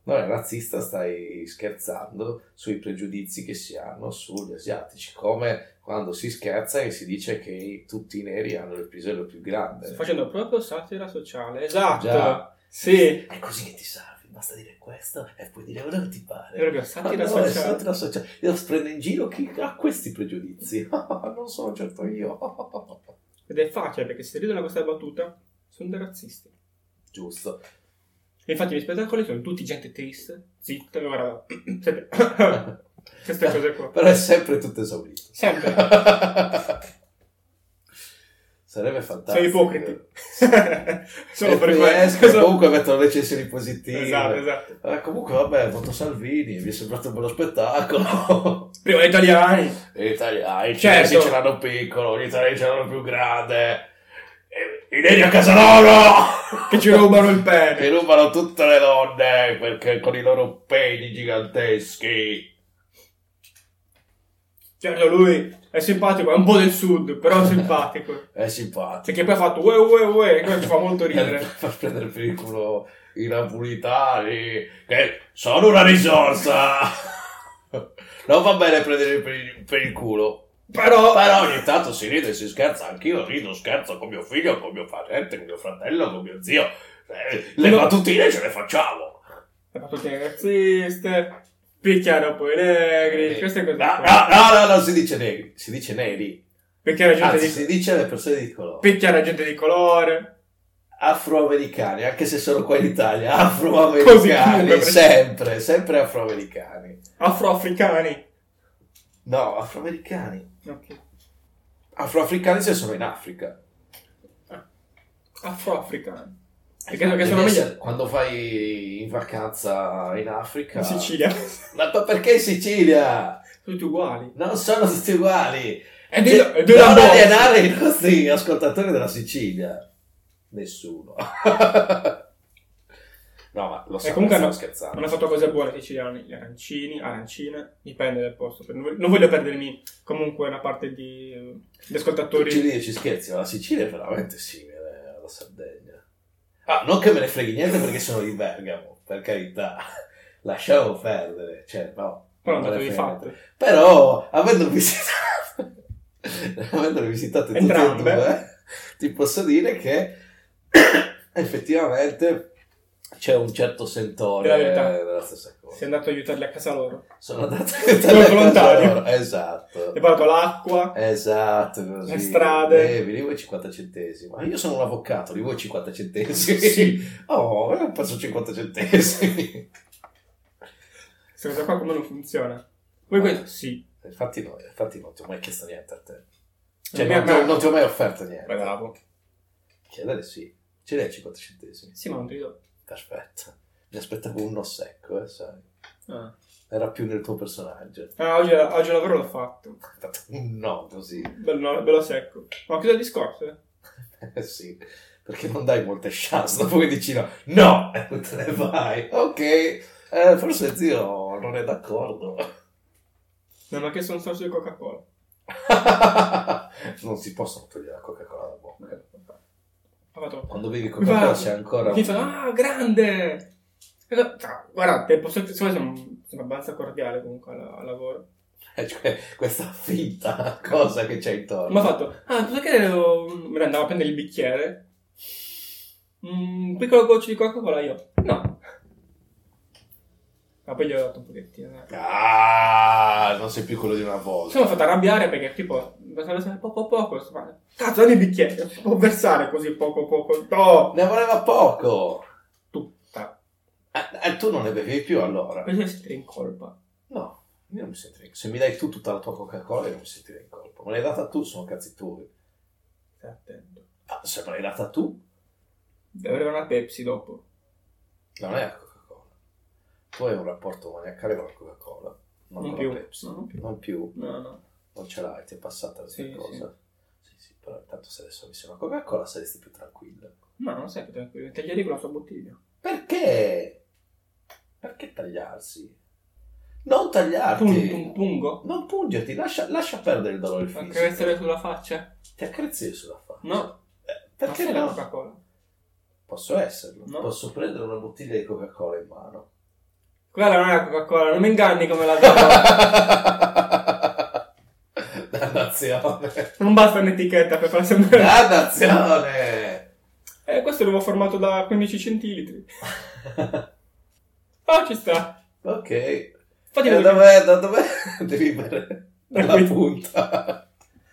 Speaker 2: non è razzista, stai scherzando sui pregiudizi che si hanno sugli asiatici, come quando si scherza e si dice che i- tutti i neri hanno il pisello più grande.
Speaker 1: Sto facendo proprio satira sociale. Esatto.
Speaker 2: Già.
Speaker 1: Sì.
Speaker 2: È così che ti salvi, basta dire questo e puoi dire quello che ti
Speaker 1: È
Speaker 2: pare.
Speaker 1: proprio
Speaker 2: Ma
Speaker 1: satira
Speaker 2: no, esatto. è
Speaker 1: sociale.
Speaker 2: satira sociale. Io prendo in giro chi ha questi pregiudizi. [laughs] non sono certo io. [laughs]
Speaker 1: Ed è facile perché se ridono a questa battuta sono dei razzisti.
Speaker 2: Giusto.
Speaker 1: E infatti gli spettacoli sono tutti gente triste, zitta, che guarda. [coughs] sempre- Queste cose qua.
Speaker 2: Però è sempre tutto esaurito.
Speaker 1: Sempre.
Speaker 2: [laughs] Sarebbe fantastico. Eh,
Speaker 1: Sono ipocriti. [laughs] Solo
Speaker 2: E
Speaker 1: per
Speaker 2: poi esco, boh,
Speaker 1: questo.
Speaker 2: Comunque mettono recensioni positive.
Speaker 1: Esatto, esatto.
Speaker 2: Eh, comunque, vabbè, voto Salvini. Mi è sembrato un bello
Speaker 1: [laughs]
Speaker 2: spettacolo.
Speaker 1: Prima gli italiani.
Speaker 2: Gli italiani, i
Speaker 1: Certo.
Speaker 2: cinesi ce l'hanno piccolo, gli italiani ce l'hanno più grande. E- I neri a casa loro!
Speaker 1: [laughs] Che ci rubano il pene.
Speaker 2: Che rubano tutte le donne perché con i loro peni giganteschi.
Speaker 1: Certo, lui è simpatico, è un po' del sud, però è [laughs] simpatico.
Speaker 2: È simpatico.
Speaker 1: Cioè, che poi ha fatto ue ue ue, e quello ci fa molto ridere.
Speaker 2: [laughs] Per prendere per il culo i napolitani, che sono
Speaker 1: [laughs]
Speaker 2: una risorsa. Non va bene prendere per il, per il culo.
Speaker 1: Però,
Speaker 2: Però ogni tanto si ride e si scherza. Anch'io rido, scherzo con mio figlio, con mio parente, con mio fratello, con mio zio. Eh, le
Speaker 1: No.
Speaker 2: battutine ce le facciamo.
Speaker 1: ha fatto le razziste, picchiano poi i negri, Eh, queste cose
Speaker 2: No,
Speaker 1: qua.
Speaker 2: no, no, no, non si dice neri. Si dice neri.
Speaker 1: Picchiare gente
Speaker 2: Anzi,
Speaker 1: di,
Speaker 2: si dice le persone di colore.
Speaker 1: picchiare gente di colore.
Speaker 2: Afroamericani, anche se sono qua in Italia.
Speaker 1: Così
Speaker 2: Afroamericani,
Speaker 1: comunque,
Speaker 2: sempre, sempre afroamericani.
Speaker 1: Afroafricani.
Speaker 2: No, afroamericani.
Speaker 1: Ok.
Speaker 2: Afroafricani se sono in Africa.
Speaker 1: Ah, Afroafricani. Perché
Speaker 2: Devi
Speaker 1: che sono
Speaker 2: essere-
Speaker 1: meglio.
Speaker 2: Quando vai in vacanza in Africa...
Speaker 1: In Sicilia.
Speaker 2: Ma pa- perché in Sicilia?
Speaker 1: Tutti uguali.
Speaker 2: Non sono tutti uguali.
Speaker 1: E di-
Speaker 2: Cioè,
Speaker 1: e di una
Speaker 2: non
Speaker 1: bozza.
Speaker 2: alienare i nostri ascoltatori della Sicilia. Nessuno. [laughs] no, ma lo so,
Speaker 1: comunque
Speaker 2: stiamo
Speaker 1: no,
Speaker 2: scherzando.
Speaker 1: Non ho fatto cose buone i siciliani, gli arancini, arancine, dipende dal posto. Per- Non voglio perdermi comunque una parte di, di
Speaker 2: Tu ci
Speaker 1: ascoltatori.
Speaker 2: ridi e ci scherzi, ma la Sicilia è veramente simile alla Sardegna. Ah, non che me ne freghi niente perché sono di Bergamo, per carità. [laughs] Lasciamo perdere, cioè no.
Speaker 1: Però non dato
Speaker 2: non me ne
Speaker 1: di
Speaker 2: frega
Speaker 1: fatto.
Speaker 2: niente. Però, avendo visitato, [laughs] avendo visitato tutte e
Speaker 1: Entrambe.
Speaker 2: due, ti posso dire che [coughs] effettivamente c'è un certo sentore
Speaker 1: Della verità.
Speaker 2: della stessa
Speaker 1: Sei
Speaker 2: cosa.
Speaker 1: andato ad aiutarli a casa loro.
Speaker 2: Sono andato
Speaker 1: Come volontario.
Speaker 2: Loro, Esatto.
Speaker 1: Hai portato l'acqua.
Speaker 2: Esatto, così. Eh,
Speaker 1: Le strade.
Speaker 2: Bevi, li vuoi 50 centesimi. Ma io sono un avvocato, li vuoi 50 centesimi?
Speaker 1: Sì.
Speaker 2: [laughs] Oh, io ho perso 50 centesimi.
Speaker 1: Questa cosa qua come non funziona? Vuoi questo? Sì.
Speaker 2: [laughs] Infatti no, infatti non ti ho mai chiesto niente a te. Cioè,
Speaker 1: Ma-
Speaker 2: non,
Speaker 1: ma-
Speaker 2: non- non ti ho mai offerto niente.
Speaker 1: Eh, Bravo.
Speaker 2: Chiedere sì. Ce li hai 50 centesimi.
Speaker 1: Sì, ma non ti do.
Speaker 2: Perfetto. Mi aspettavo un no secco, eh, sai.
Speaker 1: Ah,
Speaker 2: Era più nel tuo personaggio.
Speaker 1: Ah, oggi, oggi il lavoro l'ho fatto.
Speaker 2: Ho fatto Un no così.
Speaker 1: Bello, bello secco. Ma ho chiuso il discorso, eh?
Speaker 2: Eh [laughs] sì, perché non dai molte chance. Dopo che dici no, no, [laughs] e poi te ne vai. Ok, eh, forse zio non è d'accordo. [laughs]
Speaker 1: Non mi ha chiesto un sorso di Coca-Cola.
Speaker 2: non si possono togliere la Coca-Cola da bocca.
Speaker 1: Ho fatto...
Speaker 2: Quando bevi Coca-Cola c'è ancora...
Speaker 1: Mi fa, ah, grande! E io, "Ah, Guardate, posso... secondo me sono, sono abbastanza cordiale comunque al, al lavoro.
Speaker 2: [laughs] eh, cioè, questa finta cosa che c'è intorno.
Speaker 1: Mi ha fatto, ah, cosa che devo- me ne andavo a prendere il bicchiere? "Mm, Un piccolo goccio di Coca-Cola io. No. Ma poi gli ho dato un pochettino. eh.
Speaker 2: Ah, non sei più quello di una
Speaker 1: Mi
Speaker 2: volta.
Speaker 1: sono fatto arrabbiare perché tipo, bastava sempre poco poco, sto male. Cazzo, dammi il bicchiere, può versare così poco poco. No!
Speaker 2: Ne voleva poco.
Speaker 1: Tu, ta.
Speaker 2: Eh, eh, tu non ne bevi più allora.
Speaker 1: Perché siete in colpa?
Speaker 2: No, io non mi sentirei. Se mi dai tu tutta la tua Coca-Cola, io non mi sentirei in colpa. Me l'hai data tu, sono cazzi tuoi.
Speaker 1: Stai attento.
Speaker 2: Ah, sembra in Ratatouille.
Speaker 1: Deve avere una Pepsi dopo.
Speaker 2: Non è la Coca-Cola. Tu hai un rapporto maniacale con la Coca-Cola. Non,
Speaker 1: Non
Speaker 2: con
Speaker 1: più.
Speaker 2: la Pepsi.
Speaker 1: No, non più.
Speaker 2: Non più.
Speaker 1: No, no.
Speaker 2: Non ce l'hai, ti è passata la
Speaker 1: Sì,
Speaker 2: stessa cosa. Sì. sì, però intanto se adesso avessi una Coca-Cola saresti più tranquilla.
Speaker 1: No, non sei più tranquillo. Tagliali con la sua bottiglia.
Speaker 2: Perché? Perché tagliarsi? Non tagliarti!
Speaker 1: Pung, pung, pungo.
Speaker 2: Non pungerti, lascia, lascia perdere il dolore fisico.
Speaker 1: Accarezzare sulla faccia.
Speaker 2: Ti accarezzi io sulla faccia.
Speaker 1: No.
Speaker 2: Eh,
Speaker 1: Ma
Speaker 2: perché
Speaker 1: sei la
Speaker 2: no?
Speaker 1: Coca-Cola?
Speaker 2: Posso esserlo.
Speaker 1: No.
Speaker 2: Posso prendere una bottiglia di Coca-Cola in mano.
Speaker 1: Quella non è la Coca-Cola, non mi inganni come la
Speaker 2: [laughs]
Speaker 1: Coca-Cola.
Speaker 2: Dannazione!
Speaker 1: non basta un'etichetta per far sembrare.
Speaker 2: Dannazione!
Speaker 1: Eh, questo è il nuovo formato da 15 centilitri. Ah, ci sta.
Speaker 2: ok. E
Speaker 1: Infatti,
Speaker 2: Eh, da dov'è? Da dov'è? Devi bere
Speaker 1: Da
Speaker 2: la
Speaker 1: qui.
Speaker 2: punta.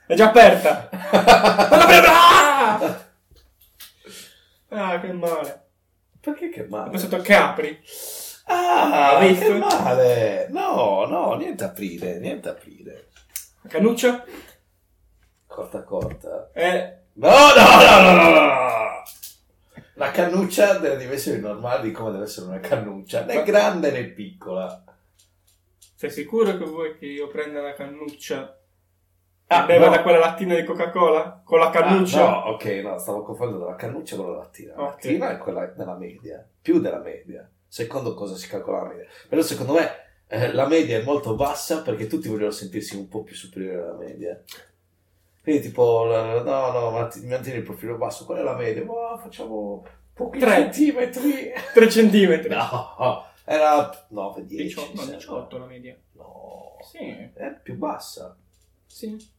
Speaker 1: è già
Speaker 2: [laughs]
Speaker 1: aperta. Guarda, guarda, guarda! Ah, che male.
Speaker 2: Perché che
Speaker 1: Ho
Speaker 2: male?
Speaker 1: pensato che apri.
Speaker 2: Ah,
Speaker 1: Hai visto?
Speaker 2: che male! No, no, niente aprire, niente aprire.
Speaker 1: Canuccio?
Speaker 2: Corta corta.
Speaker 1: Eh,
Speaker 2: No, no, no, no, no, no! La cannuccia deve deve essere normale di come deve essere una cannuccia, né
Speaker 1: Ma-
Speaker 2: grande né piccola.
Speaker 1: sei sicuro che vuoi che io prenda la cannuccia?
Speaker 2: Ah,
Speaker 1: Ah, beva
Speaker 2: no.
Speaker 1: da quella lattina di Coca-Cola? Con la cannuccia?
Speaker 2: Ah, no, ok, no, stavo confondendo la cannuccia con la lattina. La
Speaker 1: Ok.
Speaker 2: lattina è quella della media, più della media, secondo cosa si calcola la media. Però secondo me eh, la media è molto bassa perché tutti vogliono sentirsi un po' più superiori alla media. Quindi tipo, la- no, no, ma ti- mantieni il profilo basso, qual è la media? Ma facciamo pochi
Speaker 1: Tre. [laughs]
Speaker 2: centimetri.
Speaker 1: 3 centimetri.
Speaker 2: No, era 9, 10.
Speaker 1: 18, no, 18 la media.
Speaker 2: No,
Speaker 1: Sì,
Speaker 2: è più bassa.
Speaker 1: sì.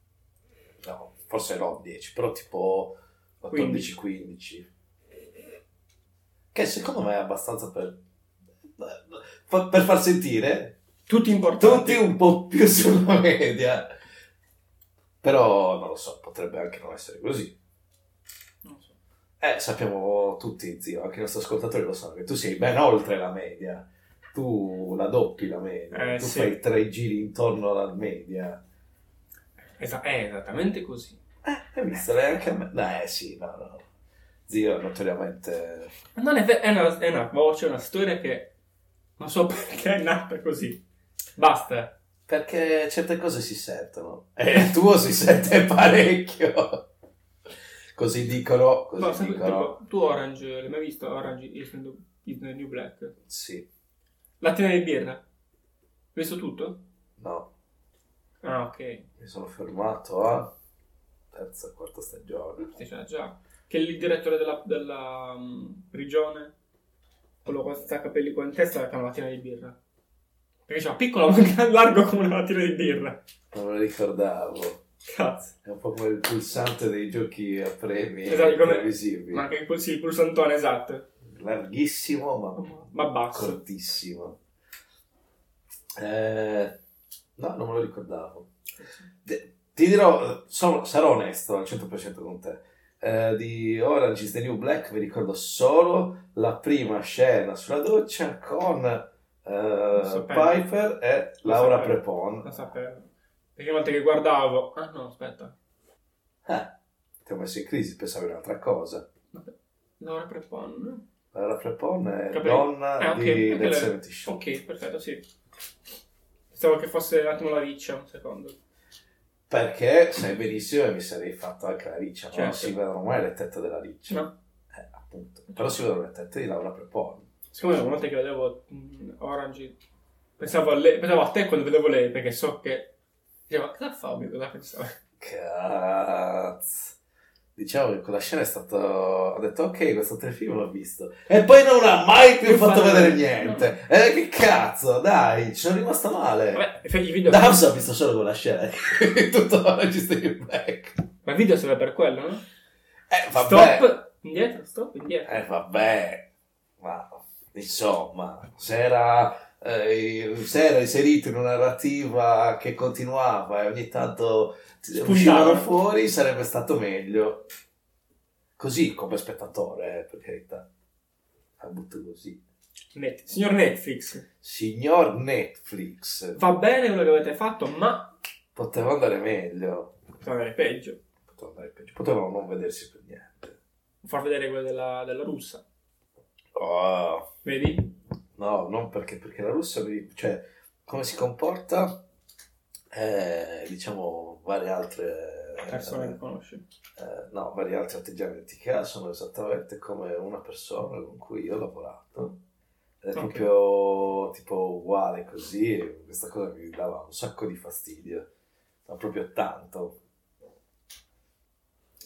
Speaker 2: No, forse non 10, però tipo 14-15. Che secondo me è abbastanza per, fa- per far sentire
Speaker 1: Tutti importanti.
Speaker 2: tutti un po' più sulla media. Però non lo so, potrebbe anche non essere così.
Speaker 1: Non so.
Speaker 2: Eh, sappiamo tutti, zio, anche i nostri ascoltatori lo sanno, che tu sei ben oltre la media. Tu la doppi la media,
Speaker 1: Eh,
Speaker 2: tu
Speaker 1: sì.
Speaker 2: fai tre giri intorno alla media.
Speaker 1: Esa- è esattamente così.
Speaker 2: Eh, hai visto? Lei anche a me. No, eh sì, no, no. Zio è notoriamente
Speaker 1: Ma Non è, ve- è, una, è una voce, una storia che non so [laughs] perché è nata così. Basta.
Speaker 2: Perché certe cose si sentono. E il tuo si sente [laughs] parecchio. Così dicono, così
Speaker 1: No, sai,
Speaker 2: dicono.
Speaker 1: tipo, tu Orange, l'hai mai visto Orange is the New- is the New Black?
Speaker 2: Sì,
Speaker 1: Lattina di birra? Hai visto tutto?
Speaker 2: no,
Speaker 1: Ah, ok.
Speaker 2: mi sono fermato a terza, quarta stagione.
Speaker 1: Sì, c'era già. Che il direttore della, della, mm, prigione, quello con sta capelli qua in testa, era una lattina di birra. Perché c'era piccolo ma [laughs] largo come una lattina di birra.
Speaker 2: Non me lo ricordavo.
Speaker 1: Cazzo.
Speaker 2: È un po' come il pulsante dei giochi a premi
Speaker 1: Esatto, come-
Speaker 2: televisivi.
Speaker 1: Ma anche il, pul- sì, il pulsantone, esatto.
Speaker 2: Larghissimo, ma
Speaker 1: Ma basso.
Speaker 2: cortissimo. Eh, no, non me lo ricordavo. De- ti dirò, eh, sono- sarò onesto al 100% con te. Eh, di Orange is the New Black mi ricordo solo la prima scena sulla doccia con eh,
Speaker 1: So Penn.
Speaker 2: Piper e
Speaker 1: So
Speaker 2: Laura
Speaker 1: Penn.
Speaker 2: Prepon.
Speaker 1: Non sapevo. Perché una volta che guardavo... Ah no, aspetta.
Speaker 2: Eh, ti ho messo in crisi, pensavo in un'altra cosa.
Speaker 1: Laura Prepon.
Speaker 2: Laura Prepon è
Speaker 1: Capri-
Speaker 2: donna
Speaker 1: Ah, ok,
Speaker 2: di
Speaker 1: ok,
Speaker 2: del
Speaker 1: lei-
Speaker 2: 70 Show.
Speaker 1: Ok, perfetto, sì. Pensavo che fosse un attimo la riccia, un secondo.
Speaker 2: Perché sai benissimo che mi sarei fatto anche la riccia, ma non
Speaker 1: Certo.
Speaker 2: si vedono mai le tette della riccia.
Speaker 1: No.
Speaker 2: Eh, appunto. Però si vedono le tette di Laura Prepon.
Speaker 1: Siccome una volta che vedevo mh, Orange, pensavo a, lei- pensavo a te quando vedevo lei, perché so che... Dicevo, cosa fa Obi? Cosa pensava?
Speaker 2: Cazzo. Diciamo che quella scena è stata. Ho detto, ok, questo telefilm l'ho visto. E poi non ha mai più
Speaker 1: Non
Speaker 2: fatto
Speaker 1: fa-
Speaker 2: vedere niente. Eh, che cazzo, dai, ci sono rimasto male.
Speaker 1: Vabbè, fai i video...
Speaker 2: Davs ha visto solo quella scena. [laughs] Tutto ora ci stai in back.
Speaker 1: Ma il video serve per quello, no?
Speaker 2: Eh, vabbè.
Speaker 1: Stop, indietro, stop, indietro.
Speaker 2: Eh, vabbè. Ma insomma, se era, eh, se era inserito in una narrativa che continuava e ogni tanto
Speaker 1: Spuntava.
Speaker 2: uscivano fuori, sarebbe stato meglio. Così come spettatore, eh, per carità. La butto così.
Speaker 1: Net- Signor Netflix,
Speaker 2: Signor Netflix,
Speaker 1: va bene quello che avete fatto, ma
Speaker 2: poteva andare meglio.
Speaker 1: poteva andare peggio.
Speaker 2: potuto andare peggio. Potevano non vedersi per niente.
Speaker 1: Far vedere quella della, della russa.
Speaker 2: Oh,
Speaker 1: Vedi?
Speaker 2: no, non perché, perché la Russia, vedi, cioè, come si comporta, eh, diciamo, varie altre...
Speaker 1: Persone che conosci.
Speaker 2: eh, no, vari altri atteggiamenti che ha sono esattamente come una persona con cui io ho lavorato. Ed È
Speaker 1: Ok.
Speaker 2: proprio tipo uguale così, e questa cosa mi dava un sacco di fastidio, ma proprio tanto.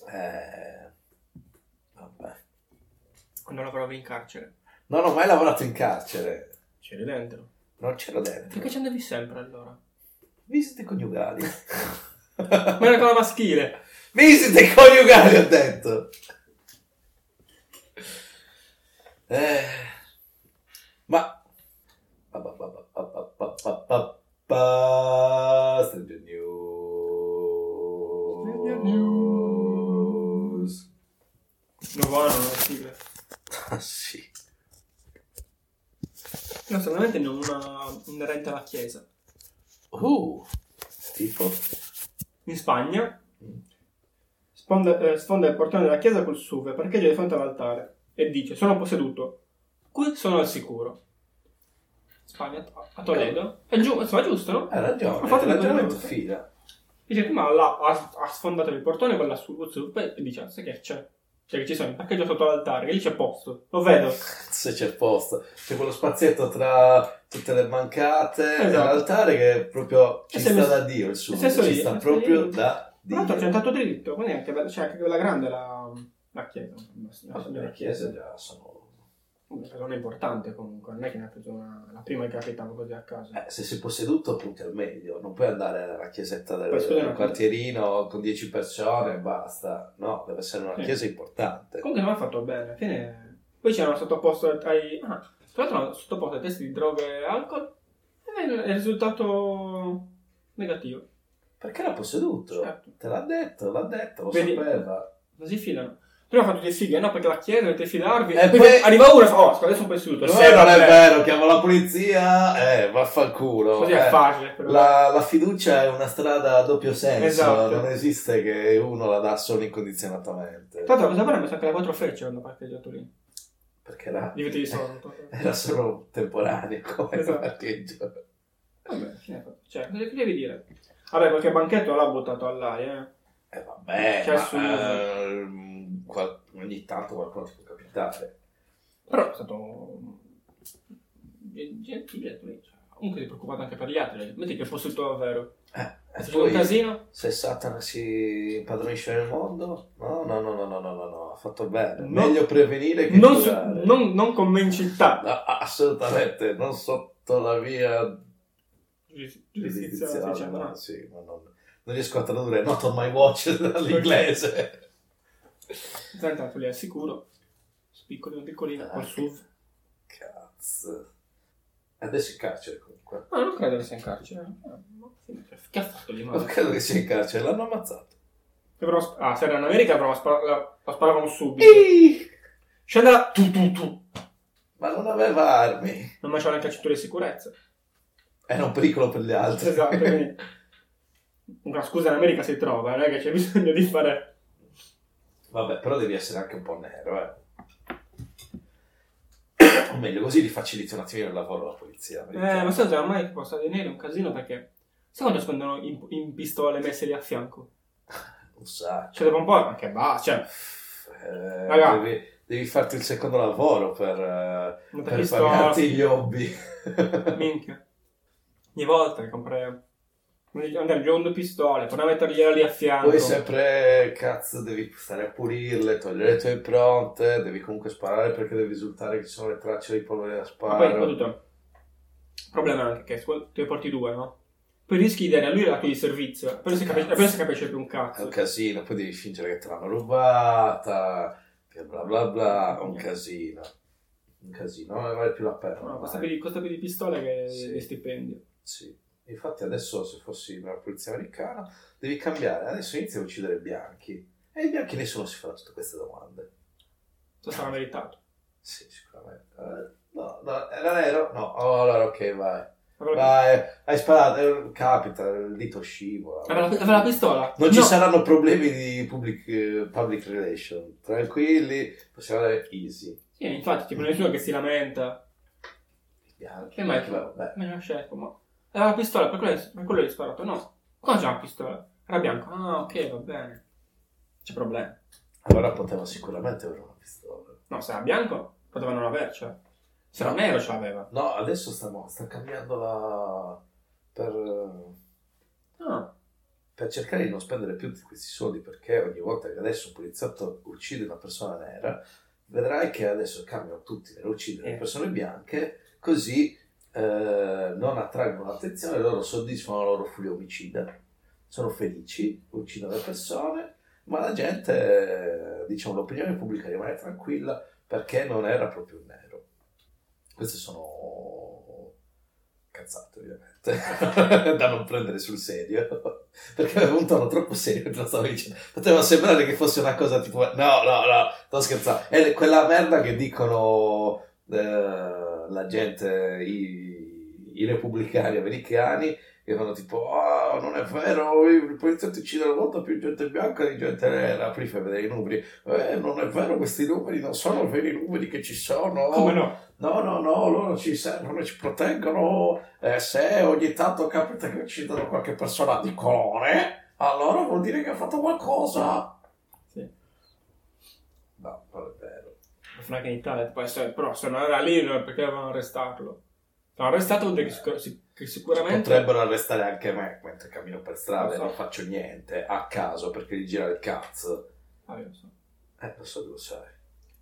Speaker 2: Eh, vabbè.
Speaker 1: Quando lavoravi in carcere.
Speaker 2: Non ho mai lavorato in carcere,
Speaker 1: C'eri dentro.
Speaker 2: non c'ero dentro.
Speaker 1: Perché ci andavi sempre allora?
Speaker 2: Visite coniugali.
Speaker 1: Ma era cosa maschile.
Speaker 2: [laughs] Visite coniugali, ho detto. Eh, ma... ba, ba, ba, ba, ba, ba, ba, ba, ba, Stranger
Speaker 1: Stranger
Speaker 2: News.
Speaker 1: News. No, buono, non maschile.
Speaker 2: Ah, sì.
Speaker 1: No, solamente non una, un erente alla chiesa.
Speaker 2: Uh, tipo...
Speaker 1: In Spagna, sponda, eh, sfonda il portone della chiesa col suve, parcheggia di fronte all'altare e dice: Sono posseduto. Qui sono al sicuro. Spagna, a Toledo. È giu- insomma, è giusto, no?
Speaker 2: Hai ragione,
Speaker 1: Ho
Speaker 2: hai
Speaker 1: fatto
Speaker 2: ragione
Speaker 1: veramente.
Speaker 2: tu fila.
Speaker 1: Dice prima là, ha, ha sfondato il portone con la su- zuppe e dice, "Ah, sai che c'è? Cioè che ci sono, il parcheggio sotto l'altare, che lì c'è posto, lo vedo.
Speaker 2: Se c'è posto. C'è quello spazietto tra tutte le mancate e
Speaker 1: Esatto.
Speaker 2: l'altare che è proprio...
Speaker 1: E
Speaker 2: Ci
Speaker 1: se
Speaker 2: sta
Speaker 1: mi-
Speaker 2: da Dio il suo.
Speaker 1: se so
Speaker 2: Ci
Speaker 1: io,
Speaker 2: sta
Speaker 1: se so
Speaker 2: proprio
Speaker 1: io.
Speaker 2: da
Speaker 1: Tra l'altro c'è
Speaker 2: Dio.
Speaker 1: un tatto dritto, quindi anche, be- c'è anche quella grande la, la chiesa. La
Speaker 2: Vabbè,
Speaker 1: signora
Speaker 2: le chiese già sono...
Speaker 1: Una persona importante comunque, non è che ne ha preso una, la prima che capitava così a caso.
Speaker 2: Eh, se sei posseduto appunto è il meglio, non puoi andare alla chiesetta del,
Speaker 1: Poi, scusa,
Speaker 2: del
Speaker 1: ma-
Speaker 2: quartierino con 10 persone e basta, no, deve essere una
Speaker 1: Sì.
Speaker 2: chiesa importante.
Speaker 1: Comunque non ha fatto bene, alla fine... Poi c'erano sottoposto ai... Ah, tra l'altro hanno sottoposto ai test di droga e alcol e il risultato negativo.
Speaker 2: Perché l'ha posseduto?
Speaker 1: Certo.
Speaker 2: Te l'ha detto, l'ha detto, lo
Speaker 1: Vedi-
Speaker 2: sapeva.
Speaker 1: Non si fidano. Prima fate le fighe, eh, no? Perché la chiesa dovete fidarvi.
Speaker 2: E
Speaker 1: poi,
Speaker 2: poi-
Speaker 1: arriva uno e fa, oh, scusa, adesso un po' istituto.
Speaker 2: No, Eh, non
Speaker 1: Cioè,
Speaker 2: è vero, chiamo la polizia, eh, vaffanculo.
Speaker 1: Così
Speaker 2: eh.
Speaker 1: è facile. Però.
Speaker 2: La, la fiducia è una strada a doppio senso,
Speaker 1: Esatto.
Speaker 2: non esiste che uno la dà solo incondizionatamente.
Speaker 1: Tanto cosa fare? Mi sa che le quattro frecce hanno parcheggiato lì.
Speaker 2: Perché era,
Speaker 1: Dividi
Speaker 2: [laughs]
Speaker 1: di sotto.
Speaker 2: era solo temporaneo come
Speaker 1: Esatto.
Speaker 2: parcheggio.
Speaker 1: Vabbè, fine fatto. Cioè, cosa che devi dire? Vabbè, qualche banchetto l'ha buttato all'aria, eh.
Speaker 2: Eh vabbè,
Speaker 1: Cioè,
Speaker 2: ma,
Speaker 1: su-
Speaker 2: ehm, qual- ogni tanto qualcuno ti può capitare.
Speaker 1: Però è stato... gen- Gentile, lui, cioè, comunque si è preoccupato anche per gli altri. cioè, Metti che fosse il tuo vero.
Speaker 2: Eh, e
Speaker 1: Se c'è un
Speaker 2: poi,
Speaker 1: casino,
Speaker 2: se Satana si impadronisce nel mondo, no, no, no, no, no, no, no, no, ha fatto bene.
Speaker 1: No.
Speaker 2: Meglio prevenire che
Speaker 1: non, su-
Speaker 2: curare.
Speaker 1: non, non come in città.
Speaker 2: No, assolutamente, non sotto la via
Speaker 1: Giuris- Giurisdizione, si
Speaker 2: giurisdizionale.
Speaker 1: dice,
Speaker 2: no,
Speaker 1: cioè, no.
Speaker 2: sì, ma non, non riesco a tradurre not on
Speaker 1: [laughs]
Speaker 2: my watch dall'inglese.
Speaker 1: Intanto li assicuro. Piccolino, piccolino, col SUV.
Speaker 2: Cazzo. Adesso in carcere comunque.
Speaker 1: No, Ah, non credo che sia in carcere. Eh, ma sì, Che ha fatto di
Speaker 2: Non
Speaker 1: male?
Speaker 2: credo che sia in carcere, l'hanno ammazzato.
Speaker 1: Avrò sp- ah, se era in America avrò sparato, la, la sparavano subito.
Speaker 2: Ih!
Speaker 1: Scende là, tu tu tu.
Speaker 2: Ma non aveva armi.
Speaker 1: Non mangiava neanche il cinturino di sicurezza.
Speaker 2: Era un pericolo per gli altri.
Speaker 1: Esatto, quindi... [laughs] Una scusa in America si trova, non è che c'è bisogno di fare...
Speaker 2: [laughs] Vabbè, però devi essere anche un po' nero, eh. [coughs] O meglio, così li faciliti un attimino il lavoro alla polizia.
Speaker 1: Eh, ma sai cosa mai possa venire un casino perché... Sai quando spendono in, in pistole messe lì a fianco?
Speaker 2: Un sacco.
Speaker 1: Cioè dopo un po'... Ma che va, cioè...
Speaker 2: Eh,
Speaker 1: Raga.
Speaker 2: devi, devi farti il secondo lavoro per, eh,
Speaker 1: Una
Speaker 2: per
Speaker 1: pistola...
Speaker 2: pagarti gli hobby.
Speaker 1: Minchia. Ogni volta che compri... Andare giù due pistole, poi mettergliela lì a fianco.
Speaker 2: [laughs] Poi sempre, cazzo, devi stare a pulirle, togliere le tue impronte, devi comunque sparare perché devi risultare che ci sono le tracce di polvere da
Speaker 1: Ma poi
Speaker 2: sparo.
Speaker 1: soprattutto il problema è anche che tu ne porti due, no? Poi rischi di dare a lui la tua di servizio, però si capisce, però si capisce più un
Speaker 2: è
Speaker 1: cazzo.
Speaker 2: un casino, poi devi fingere che te l'hanno rubata, che bla bla bla, è un casino. Un casino, non ne vale più la pena.
Speaker 1: No,
Speaker 2: ormai.
Speaker 1: costa, più di, costa più di pistole che
Speaker 2: Sì.
Speaker 1: di stipendio.
Speaker 2: Sì. Infatti adesso se fossi nella polizia americana devi cambiare, adesso inizi a uccidere i bianchi. E i bianchi nessuno si farà tutte queste domande.
Speaker 1: Questo sarà meritato.
Speaker 2: Sì, sicuramente. Eh, No, no, era nero? No, Oh, allora ok, vai.
Speaker 1: Aveva
Speaker 2: Ah, eh, hai sparato, eh, capita, il dito scivola.
Speaker 1: la, aveva la pistola.
Speaker 2: Non ci
Speaker 1: No.
Speaker 2: saranno problemi di public, eh, public relation. Tranquilli, possiamo andare easy.
Speaker 1: Sì, infatti, tipo, nessuno che si lamenta.
Speaker 2: Bianchi,
Speaker 1: Che mai
Speaker 2: bianchi, vabbè.
Speaker 1: Me ne scelgo, ma... Aveva la pistola, per quello, per quello gli ho sparato. No, qua c'è una pistola. Era bianco. Ah, ok, va bene. C'è problema.
Speaker 2: Allora poteva sicuramente avere una pistola.
Speaker 1: No, se era bianco, poteva non avercela. Se era nero, ce l'aveva.
Speaker 2: No, adesso sta, sta cambiando la... per...
Speaker 1: No.
Speaker 2: per cercare di non spendere più di questi soldi, perché ogni volta che adesso un poliziotto uccide una persona nera, vedrai che adesso cambiano tutti per uccidere le
Speaker 1: Eh.
Speaker 2: persone bianche, così eh, non attraggono l'attenzione, loro soddisfano la loro furia omicida. Sono felici, uccidono le persone, ma la gente, eh, diciamo, l'opinione pubblica rimane tranquilla perché non era proprio un nero. Queste sono cazzate, ovviamente, [laughs] da non prendere sul serio, [laughs] perché aveva un tono troppo serio te lo stavo dicendo. Poteva sembrare che fosse una cosa tipo, no, no, no, sto scherzando. È quella merda che dicono eh, la gente, i, i repubblicani americani, che fanno tipo, oh, non è vero, i poliziotti uccidono molto più gente bianca di gente nera, poi fai vedere i numeri, eh, non è vero, questi numeri non sono veri numeri che ci sono.
Speaker 1: Come no?
Speaker 2: No, no, no, loro ci servono, ci proteggono. eh, se ogni tanto capita che uccidono qualche persona di colore, allora vuol dire che ha fatto qualcosa.
Speaker 1: Sì.
Speaker 2: No, non è vero.
Speaker 1: Fino anche in Italia, può essere... Però se non era lì, non è perché avevano arrestarlo. Se l'hanno arrestato vuol dire che, sicur- si- che sicuramente...
Speaker 2: Potrebbero arrestare anche me mentre cammino per strada e
Speaker 1: Lo so.
Speaker 2: non faccio niente a caso perché gli gira il cazzo.
Speaker 1: Ah, io lo so.
Speaker 2: Eh, lo so che lo sai.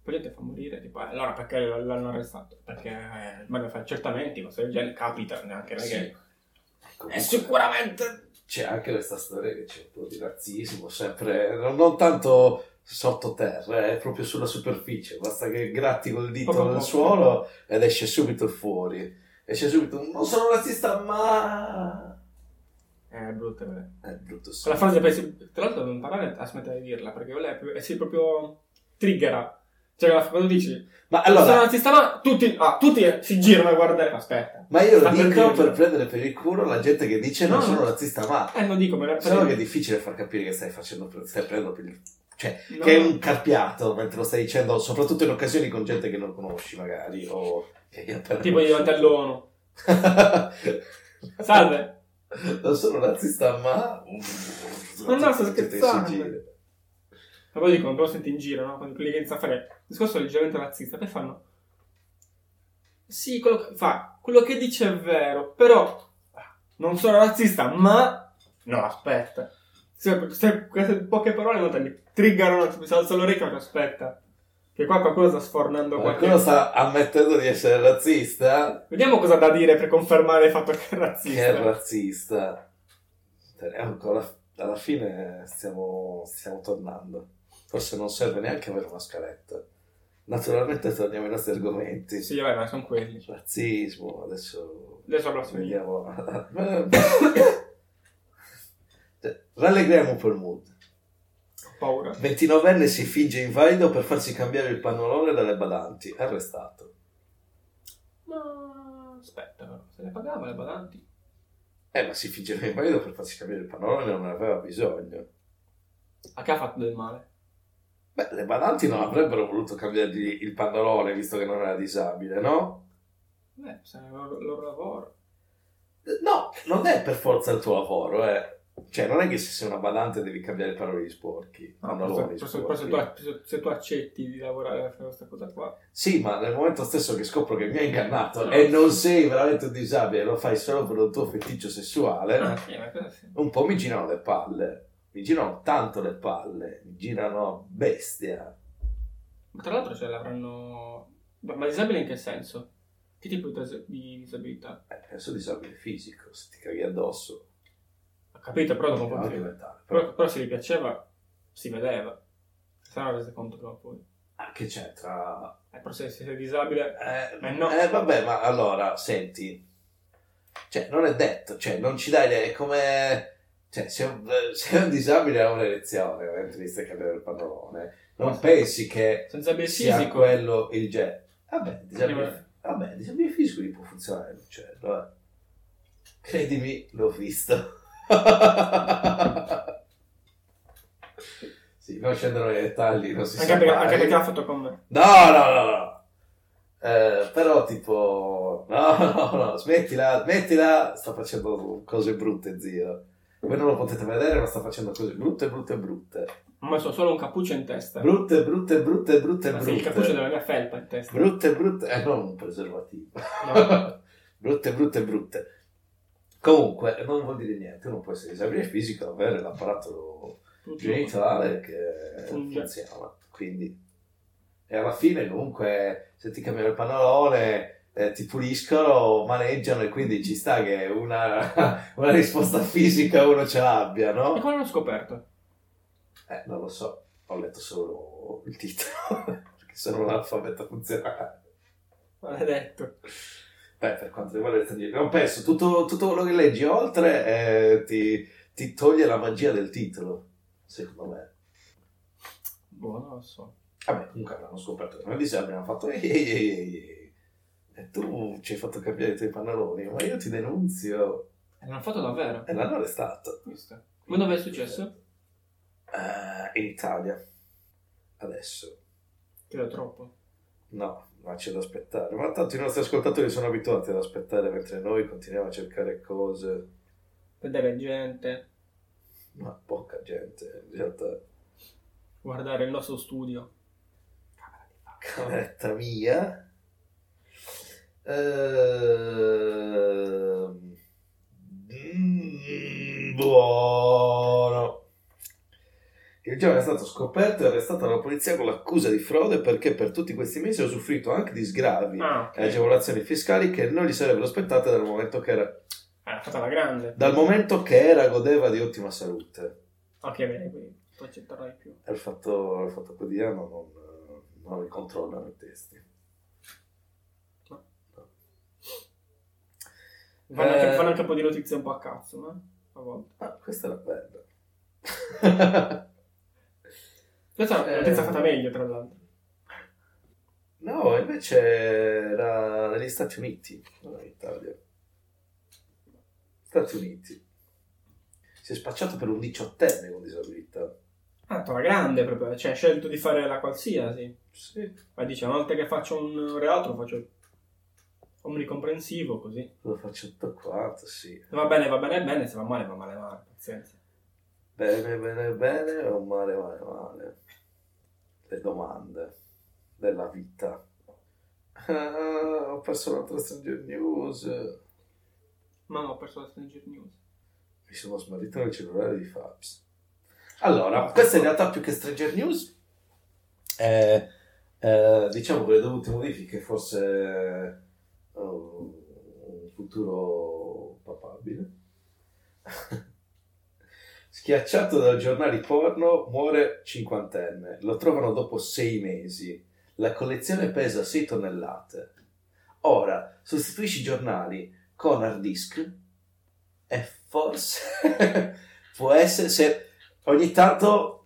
Speaker 1: Poi te fa morire, tipo, eh, allora perché l- l'hanno arrestato? Perché eh, magari fa accertamenti, cose del genere, capita neanche, non è che-
Speaker 2: Comunque-
Speaker 1: Eh, sicuramente...
Speaker 2: c'è anche questa storia che c'è un po' di razzismo, sempre non, non tanto sottoterra, è proprio sulla superficie, basta che gratti col dito
Speaker 1: Proprio
Speaker 2: nel
Speaker 1: poco.
Speaker 2: suolo ed esce subito fuori. Esce subito un non sono razzista, ma
Speaker 1: Eh, è brutta, quella.
Speaker 2: è brutto sì.
Speaker 1: Quella frase, pensi- tra l'altro, devo imparare a smettere di dirla, perché quella è, più- eh, sì, proprio triggera. Cioè, la- quando dici,
Speaker 2: Ma
Speaker 1: sono
Speaker 2: allora,
Speaker 1: razzista, ma tutti, ah, tutti eh, si girano a guardare, ma aspetta.
Speaker 2: ma io lo
Speaker 1: sta per
Speaker 2: dico
Speaker 1: dire-
Speaker 2: per prendere per il culo la gente che dice non
Speaker 1: No, no.
Speaker 2: sono razzista, ma
Speaker 1: Eh, non dico, ma la-
Speaker 2: solo che è difficile far capire che stai facendo per- stai prendendo per il cioè,
Speaker 1: No.
Speaker 2: che è un carpiato mentre lo stai dicendo, soprattutto in occasioni con gente che non conosci, magari, o che hai appena
Speaker 1: Tipo di
Speaker 2: conosciuto. [laughs]
Speaker 1: all'ONU. Salve.
Speaker 2: Non sono razzista, ma.
Speaker 1: Ma no, sto
Speaker 2: Gente che si
Speaker 1: scherzando.
Speaker 2: gira.
Speaker 1: E poi dicono, però senti in giro, no? Quando quelli che iniziano a fare il discorso leggermente razzista, poi fanno... Sì, quello che, fa, quello che dice è vero, però non sono razzista, ma... No, aspetta. Se, se queste poche parole non te li triggerano, mi salza l'orecchio, ma aspetta. Che qua qualcuno sta sfornando qualche...
Speaker 2: Qualcuno sta ammettendo di essere razzista?
Speaker 1: Vediamo cosa ha da dire per confermare il fatto che è
Speaker 2: Chi
Speaker 1: razzista.
Speaker 2: è razzista? Eh, Ancora alla fine stiamo, stiamo tornando. Forse non serve neanche avere una scaletta. Naturalmente torniamo ai nostri argomenti.
Speaker 1: Sì, vabbè, ma sono quelli.
Speaker 2: Razzismo, adesso
Speaker 1: Adesso la prossima.
Speaker 2: vediamo. [coughs] Cioè, Rallegriamo un po' il mood.
Speaker 1: Ho paura.
Speaker 2: 29enne si finge invalido per farsi cambiare il pannolone dalle badanti, arrestato.
Speaker 1: Ma aspetta, però, se le pagava le badanti.
Speaker 2: Eh, ma si fingeva invalido per farsi cambiare il pannolone, non ne aveva bisogno.
Speaker 1: A che ha fatto del male?
Speaker 2: Beh, le badanti non avrebbero voluto cambiargli il pannolone visto che non era disabile, no?
Speaker 1: Beh, se è il loro, il loro lavoro.
Speaker 2: Eh, No, non è per forza il tuo lavoro, eh. Cioè, non è che se sei una badante devi cambiare i pannoloni sporchi.
Speaker 1: Forse-
Speaker 2: Pannoloni
Speaker 1: forse- forse tu
Speaker 2: sporchi.
Speaker 1: ac- se, se tu accetti di lavorare a fare questa cosa qua.
Speaker 2: Sì, ma nel momento stesso che scopro che mi hai ingannato
Speaker 1: No.
Speaker 2: e non sei veramente un disabile, lo fai solo per un tuo feticcio sessuale,
Speaker 1: Ah, sì, ma cosa sì.
Speaker 2: un po' mi girano le palle. Mi girano tanto le palle, mi girano a bestia.
Speaker 1: Ma tra l'altro ce l'avranno. Ma ma disabile in che senso? Che tipo di, tras- di disabilità?
Speaker 2: Eh, penso disabile fisico, se ti caghi addosso.
Speaker 1: Ho capito, però dopo un po'
Speaker 2: anche
Speaker 1: di-
Speaker 2: mentale. Però,
Speaker 1: però, però se gli piaceva, si vedeva. Se no rese conto prima o poi.
Speaker 2: ah, che c'entra?
Speaker 1: Eh, però se, se sei disabile.
Speaker 2: Eh,
Speaker 1: Ma no.
Speaker 2: eh, vabbè, ma allora, senti. Cioè, non è detto, cioè, non ci dai le... è come... Cioè, se un, se un disabile ha un'elezione, mentre gli stai cambiando il pannolone, non
Speaker 1: Ma-
Speaker 2: pensi che
Speaker 1: Senza disabile
Speaker 2: sia
Speaker 1: fisico.
Speaker 2: quello il genere. Vabbè, disabile,
Speaker 1: Arriva-
Speaker 2: vabbè, disabile fisico gli può funzionare il cervello, eh. Credimi, l'ho visto. [laughs] sì, non scenderò nei dettagli, non si
Speaker 1: Anche
Speaker 2: sa
Speaker 1: perché,
Speaker 2: mai.
Speaker 1: anche perché l'ha fatto con me.
Speaker 2: No, no, no, no. Eh, però tipo, no, no, no, [laughs] smettila, smettila, sta facendo cose brutte, zio. Voi non lo potete vedere, ma sta facendo cose brutte, brutte, brutte.
Speaker 1: Ho messo solo un cappuccio in testa.
Speaker 2: Brutte, brutte, brutte, brutte,
Speaker 1: Ma
Speaker 2: brutte.
Speaker 1: sì, il cappuccio della mia felpa in testa.
Speaker 2: Brutte, brutte, eh, non un preservativo.
Speaker 1: No.
Speaker 2: [laughs] brutte, brutte, brutte. Comunque, non vuol dire niente, non può essere disabile fisico, avere l'apparato
Speaker 1: Tutto.
Speaker 2: genitale che
Speaker 1: Funge.
Speaker 2: eh, funziona. Quindi, e alla fine, comunque, se ti cambiano il pannolone, eh, ti puliscono, maneggiano e quindi ci sta che una, [laughs] una risposta fisica uno ce l'abbia,
Speaker 1: E
Speaker 2: no?
Speaker 1: come l'ho scoperto?
Speaker 2: Eh, non lo so, ho letto solo il titolo, [laughs] perché sono un alfabeto funzionale.
Speaker 1: Maledetto.
Speaker 2: Beh, per quanto riguarda il titolo, non penso, tutto, tutto quello che leggi oltre eh, ti, ti toglie la magia del titolo, secondo me.
Speaker 1: Boh, non lo so.
Speaker 2: Vabbè, comunque abbiamo scoperto che noi di sé abbiamo fatto "Ehi, ehi, ehi, ehi, ehi". e tu ci hai fatto cambiare i tuoi pannoloni, ma io ti denunzio.
Speaker 1: E l'hanno fatto davvero?
Speaker 2: E l'hanno arrestato.
Speaker 1: Visto? Ma dove è successo?
Speaker 2: Eh, in Italia. Adesso.
Speaker 1: Credo troppo.
Speaker 2: No, ma c'è da aspettare. Ma tanto i nostri ascoltatori sono abituati ad aspettare mentre noi continuiamo a cercare cose.
Speaker 1: Vedere gente,
Speaker 2: Ma poca gente, in realtà.
Speaker 1: guardare il nostro studio.
Speaker 2: cameretta mia. Ehm, mm, buono. Il giovane è stato scoperto e arrestato dalla polizia con l'accusa di frode perché per tutti questi mesi ha usufruito anche di sgravi
Speaker 1: Ah, ok.
Speaker 2: e agevolazioni fiscali che non gli sarebbero aspettate dal momento che era,
Speaker 1: Ah, fatta la grande.
Speaker 2: dal momento che era godeva di ottima salute.
Speaker 1: Ok, bene, quindi tu accetterai più.
Speaker 2: È il fatto, il fatto quotidiano non, non li controllano i testi.
Speaker 1: Fanno, anche,
Speaker 2: Eh.
Speaker 1: fanno anche un po' di notizie un po' a cazzo, ma a volte.
Speaker 2: Ah, questa era bella.
Speaker 1: Questa è una
Speaker 2: Eh.
Speaker 1: notizia fatta meglio, tra l'altro.
Speaker 2: [laughs] no, invece era negli Stati Uniti, non in Italia. Stati Uniti. Si è spacciato per un diciottenne con disabilità.
Speaker 1: Ah, fatta la grande proprio. Cioè, ha scelto di fare la qualsiasi.
Speaker 2: Sì.
Speaker 1: Ma dice, una volta che faccio un reato, lo faccio omnicomprensivo, così.
Speaker 2: Lo faccio tutto quanto, sì.
Speaker 1: Se va bene, va bene, bene. Se va male, va male, male. Pazienza.
Speaker 2: Bene, bene, bene o male, male, male. Le domande della vita. [laughs] Ah, ho perso l'altra Stranger News.
Speaker 1: Mamma, ho perso la Stranger News.
Speaker 2: Mi sono smarrito nel cellulare di Fabs. Ecco Allora, questa in realtà più che Stranger News è, eh, diciamo che le dovute modifiche forse eh, un futuro papabile. [laughs] Schiacciato da giornali porno, muore cinquantenne. Lo trovano dopo sei mesi. La collezione pesa 6 tonnellate. Ora, sostituisci i giornali con hard disk e forse [laughs] può essere se ogni tanto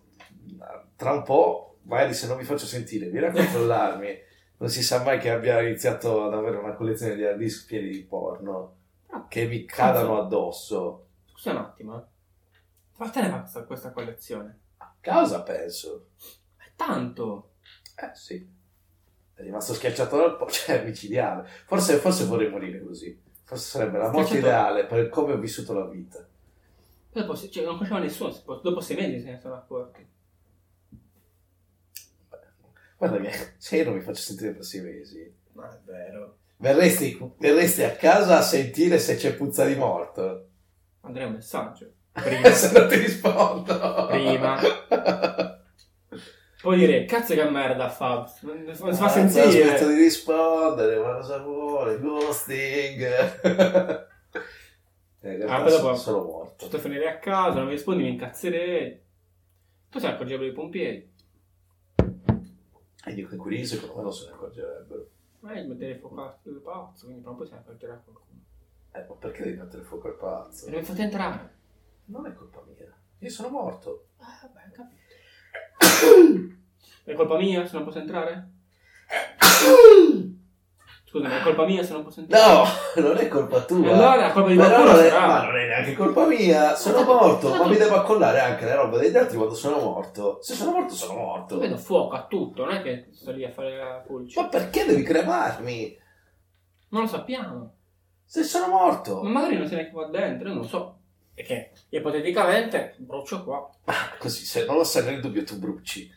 Speaker 2: tra un po' magari se non mi faccio sentire vieni a controllarmi non si sa mai che abbia iniziato ad avere una collezione di hard disk pieni di porno che mi cadano addosso
Speaker 1: Scusa un attimo, eh. Ma te ne va questa, questa collezione?
Speaker 2: a causa penso
Speaker 1: È tanto!
Speaker 2: eh sì è rimasto schiacciato dal po' [laughs] cioè è micidiale forse, forse vorrei morire così forse sarebbe la morte
Speaker 1: Schiacciato.
Speaker 2: ideale per come ho vissuto la vita
Speaker 1: Dopo, se- cioè, non conosceva nessuno, se- dopo sei mesi se ne sono accorti.
Speaker 2: guarda che se io non mi faccio sentire per sei mesi
Speaker 1: Ma è vero.
Speaker 2: Verresti, verresti a casa a sentire se c'è puzza di morto?
Speaker 1: Andrei un messaggio. [laughs] Prima.
Speaker 2: [laughs] Se non ti rispondo. [laughs]
Speaker 1: Prima. Poi dire, cazzo che merda Fab. Non non si
Speaker 2: Non
Speaker 1: fa
Speaker 2: ho smesso
Speaker 1: sentire.
Speaker 2: Eh, di rispondere, ma cosa vuole? Ghosting. [laughs] Eh, in realtà
Speaker 1: Ah, però
Speaker 2: sono,
Speaker 1: poi-
Speaker 2: sono morto.
Speaker 1: Sto a finire a casa, non mi rispondi, mi incazzerei. Tu sei accorgevo dei pompieri.
Speaker 2: E dico, i curiosi secondo me non se ne accorgerebbero.
Speaker 1: Ma io metterei fuoco al palazzo, quindi prima o poi se ne accorgerà qualcuno.
Speaker 2: Eh, ma perché devi mettere fuoco al palazzo?
Speaker 1: E non mi fate entrare.
Speaker 2: Non è colpa mia. Io sono morto.
Speaker 1: Ah, beh, capito. È colpa mia se non posso entrare? Scusa, ma è colpa mia se non posso entrare.
Speaker 2: [coughs] No, non è colpa
Speaker 1: E
Speaker 2: tua.
Speaker 1: allora è colpa di
Speaker 2: Ma
Speaker 1: qualcuno
Speaker 2: non, è,
Speaker 1: sarà.
Speaker 2: ma non è neanche colpa mia, sono morto, ma mi devo accollare anche la roba degli altri quando sono morto. Se sono morto, sono morto.
Speaker 1: Io vedo fuoco a tutto, non è che sto lì a fare la pulce.
Speaker 2: Ma perché devi cremarmi?
Speaker 1: Non lo sappiamo.
Speaker 2: Se sono morto.
Speaker 1: Ma magari non sei neanche qua dentro, io non lo so. E che ipoteticamente brucio qua.
Speaker 2: Ah, Così, se non lo sai nel dubbio, tu bruci.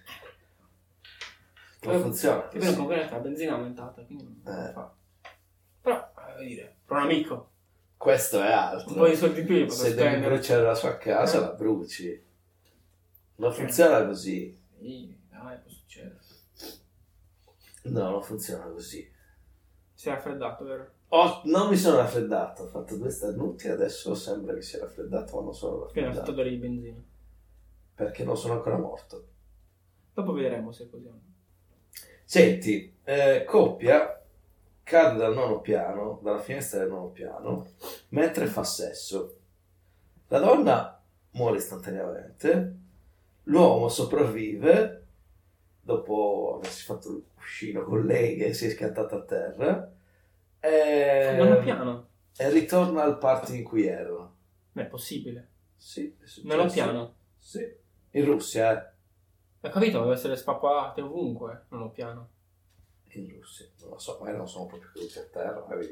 Speaker 2: Non
Speaker 1: Eh,
Speaker 2: funziona.
Speaker 1: Che poi
Speaker 2: così.
Speaker 1: comunque la benzina è aumentata, quindi non
Speaker 2: Eh.
Speaker 1: fa. Però, voglio dire, per un amico,
Speaker 2: Questo è
Speaker 1: un
Speaker 2: altro.
Speaker 1: po' di soldi in più li posso
Speaker 2: Se devi
Speaker 1: spendere. Eh.
Speaker 2: bruciare la sua casa, la bruci. Non funziona così.
Speaker 1: Sì, dai, può succedere.
Speaker 2: No, non funziona così.
Speaker 1: Si è raffreddato, vero?
Speaker 2: Oh, non mi sono raffreddato. Ho fatto due starnuti e adesso sembra che sia raffreddato, ma non sono
Speaker 1: Perché non ha fatto
Speaker 2: raffreddato.
Speaker 1: odore di benzina.
Speaker 2: Perché non sono ancora morto.
Speaker 1: Dopo vedremo se è così o no.
Speaker 2: Senti, eh, coppia cade dal nono piano, dalla finestra del nono piano, mentre fa sesso. La donna muore istantaneamente, l'uomo sopravvive dopo aversi fatto il cuscino con lei che si è scattata a terra e,
Speaker 1: Non è piano.
Speaker 2: e ritorna al party in cui erano.
Speaker 1: Non è possibile.
Speaker 2: Sì, è successo.
Speaker 1: Non è piano.
Speaker 2: Sì, in Russia, eh.
Speaker 1: Ho capito, deve essere spappolate ovunque. Non ho piano.
Speaker 2: in Russia, non lo so, magari non sono proprio caduti a terra, magari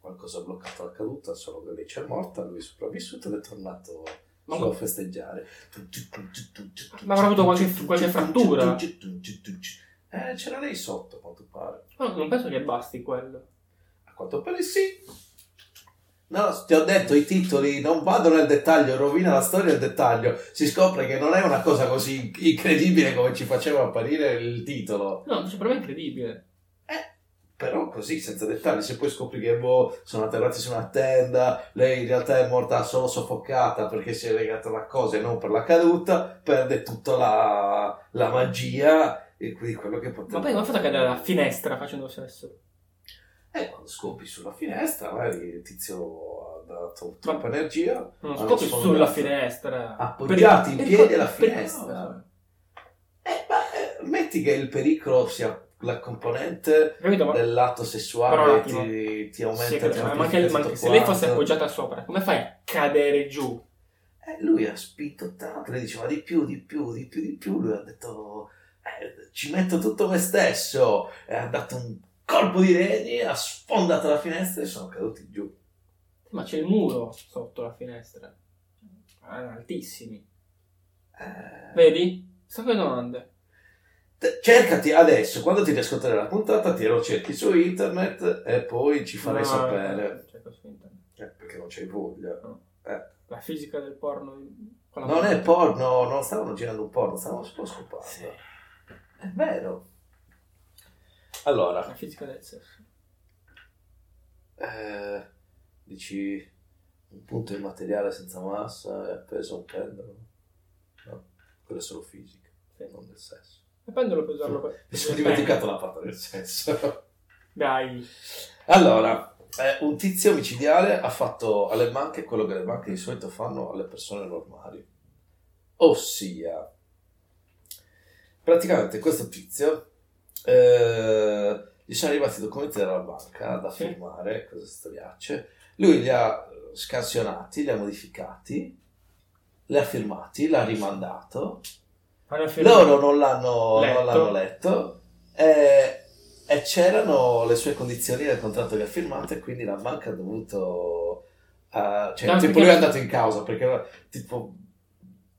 Speaker 2: qualcosa ha bloccato la caduta, solo che lei c'è morta, lui è sopravvissuto ed è tornato
Speaker 1: Ma-
Speaker 2: solo a festeggiare.
Speaker 1: Ma avrà avuto qualche- qualche frattura?
Speaker 2: Eh, c'era lei sotto, a quanto pare.
Speaker 1: Ma non penso che basti quello.
Speaker 2: A quanto pare sì. No, ti ho detto i titoli, non vado nel dettaglio, rovina la storia nel dettaglio. Si scopre che non è una cosa così incredibile come ci faceva apparire il titolo.
Speaker 1: No, cioè, per me è incredibile.
Speaker 2: Eh, Però così, senza dettagli, se poi scopri che boh, sono atterrati su una tenda, lei in realtà è morta solo soffocata perché si è legata a una cosa e non per la caduta, perde tutta la, la magia e quindi quello che poteva...
Speaker 1: Ma poi come ha fatto a cadere dalla finestra facendo sesso?
Speaker 2: Eh, quando scopri sulla finestra, magari il tizio ha dato
Speaker 1: Ma-
Speaker 2: troppa energia,
Speaker 1: Non
Speaker 2: Ma non
Speaker 1: scopri
Speaker 2: Ah, sono
Speaker 1: sulla
Speaker 2: andato.
Speaker 1: finestra.
Speaker 2: Appoggiati in
Speaker 1: Per-
Speaker 2: piedi
Speaker 1: per-
Speaker 2: alla
Speaker 1: per-
Speaker 2: finestra. eh, ma eh, metti che il pericolo sia la componente
Speaker 1: Capito? Ma,
Speaker 2: del lato
Speaker 1: Però un
Speaker 2: sessuale
Speaker 1: attimo.
Speaker 2: ti, ti
Speaker 1: Sì,
Speaker 2: aumenta
Speaker 1: capito, ma anche- ma anche se lei fosse appoggiata sopra, come fai a cadere giù?
Speaker 2: Eh, lui ha spinto tanto, lei diceva di più, di più, di più, di più. Lui ha detto, "Eh, ci metto tutto me stesso. E ha dato un colpo di reni, ha sfondato la finestra e sono caduti giù.
Speaker 1: Ma c'è il muro sotto la finestra. Ah, altissimi.
Speaker 2: Eh,
Speaker 1: Vedi? Sto con le domande.
Speaker 2: te- cercati adesso, quando ti riascolterai la puntata, ti lo cerchi su internet e poi ci farai
Speaker 1: No,
Speaker 2: sapere.
Speaker 1: cioè, questo è internet.
Speaker 2: Eh, perché non c'hai voglia.
Speaker 1: La fisica del porno. con la
Speaker 2: Non
Speaker 1: mano.
Speaker 2: è porno, non stavano girando un porno, stavano solo scopando.
Speaker 1: Sì.
Speaker 2: È vero. Allora,
Speaker 1: La fisica del sesso.
Speaker 2: Eh, dici un punto immateriale senza massa è appeso a un pendolo? No, quello è solo fisica,
Speaker 1: Sì.
Speaker 2: non del sesso.
Speaker 1: E pendolo per usarlo per...
Speaker 2: Mi sono dimenticato la parte del sesso.
Speaker 1: Dai.
Speaker 2: allora, eh, un tizio omicidiale ha fatto alle banche quello che le banche di solito fanno alle persone normali. Ossia, praticamente questo tizio eh, gli sono arrivati i documenti dalla banca da
Speaker 1: Sì.
Speaker 2: firmare, cose storiacce. Lui li ha scansionati, li ha modificati, li ha firmati, l'ha rimandato.
Speaker 1: Hanno firmato-
Speaker 2: Loro non l'hanno letto,
Speaker 1: Letto.
Speaker 2: non l'hanno letto e, e c'erano le sue condizioni del contratto che ha firmato e quindi la banca ha dovuto... eh, cioè,
Speaker 1: No,
Speaker 2: tipo
Speaker 1: perché-
Speaker 2: lui è andato in causa perché tipo,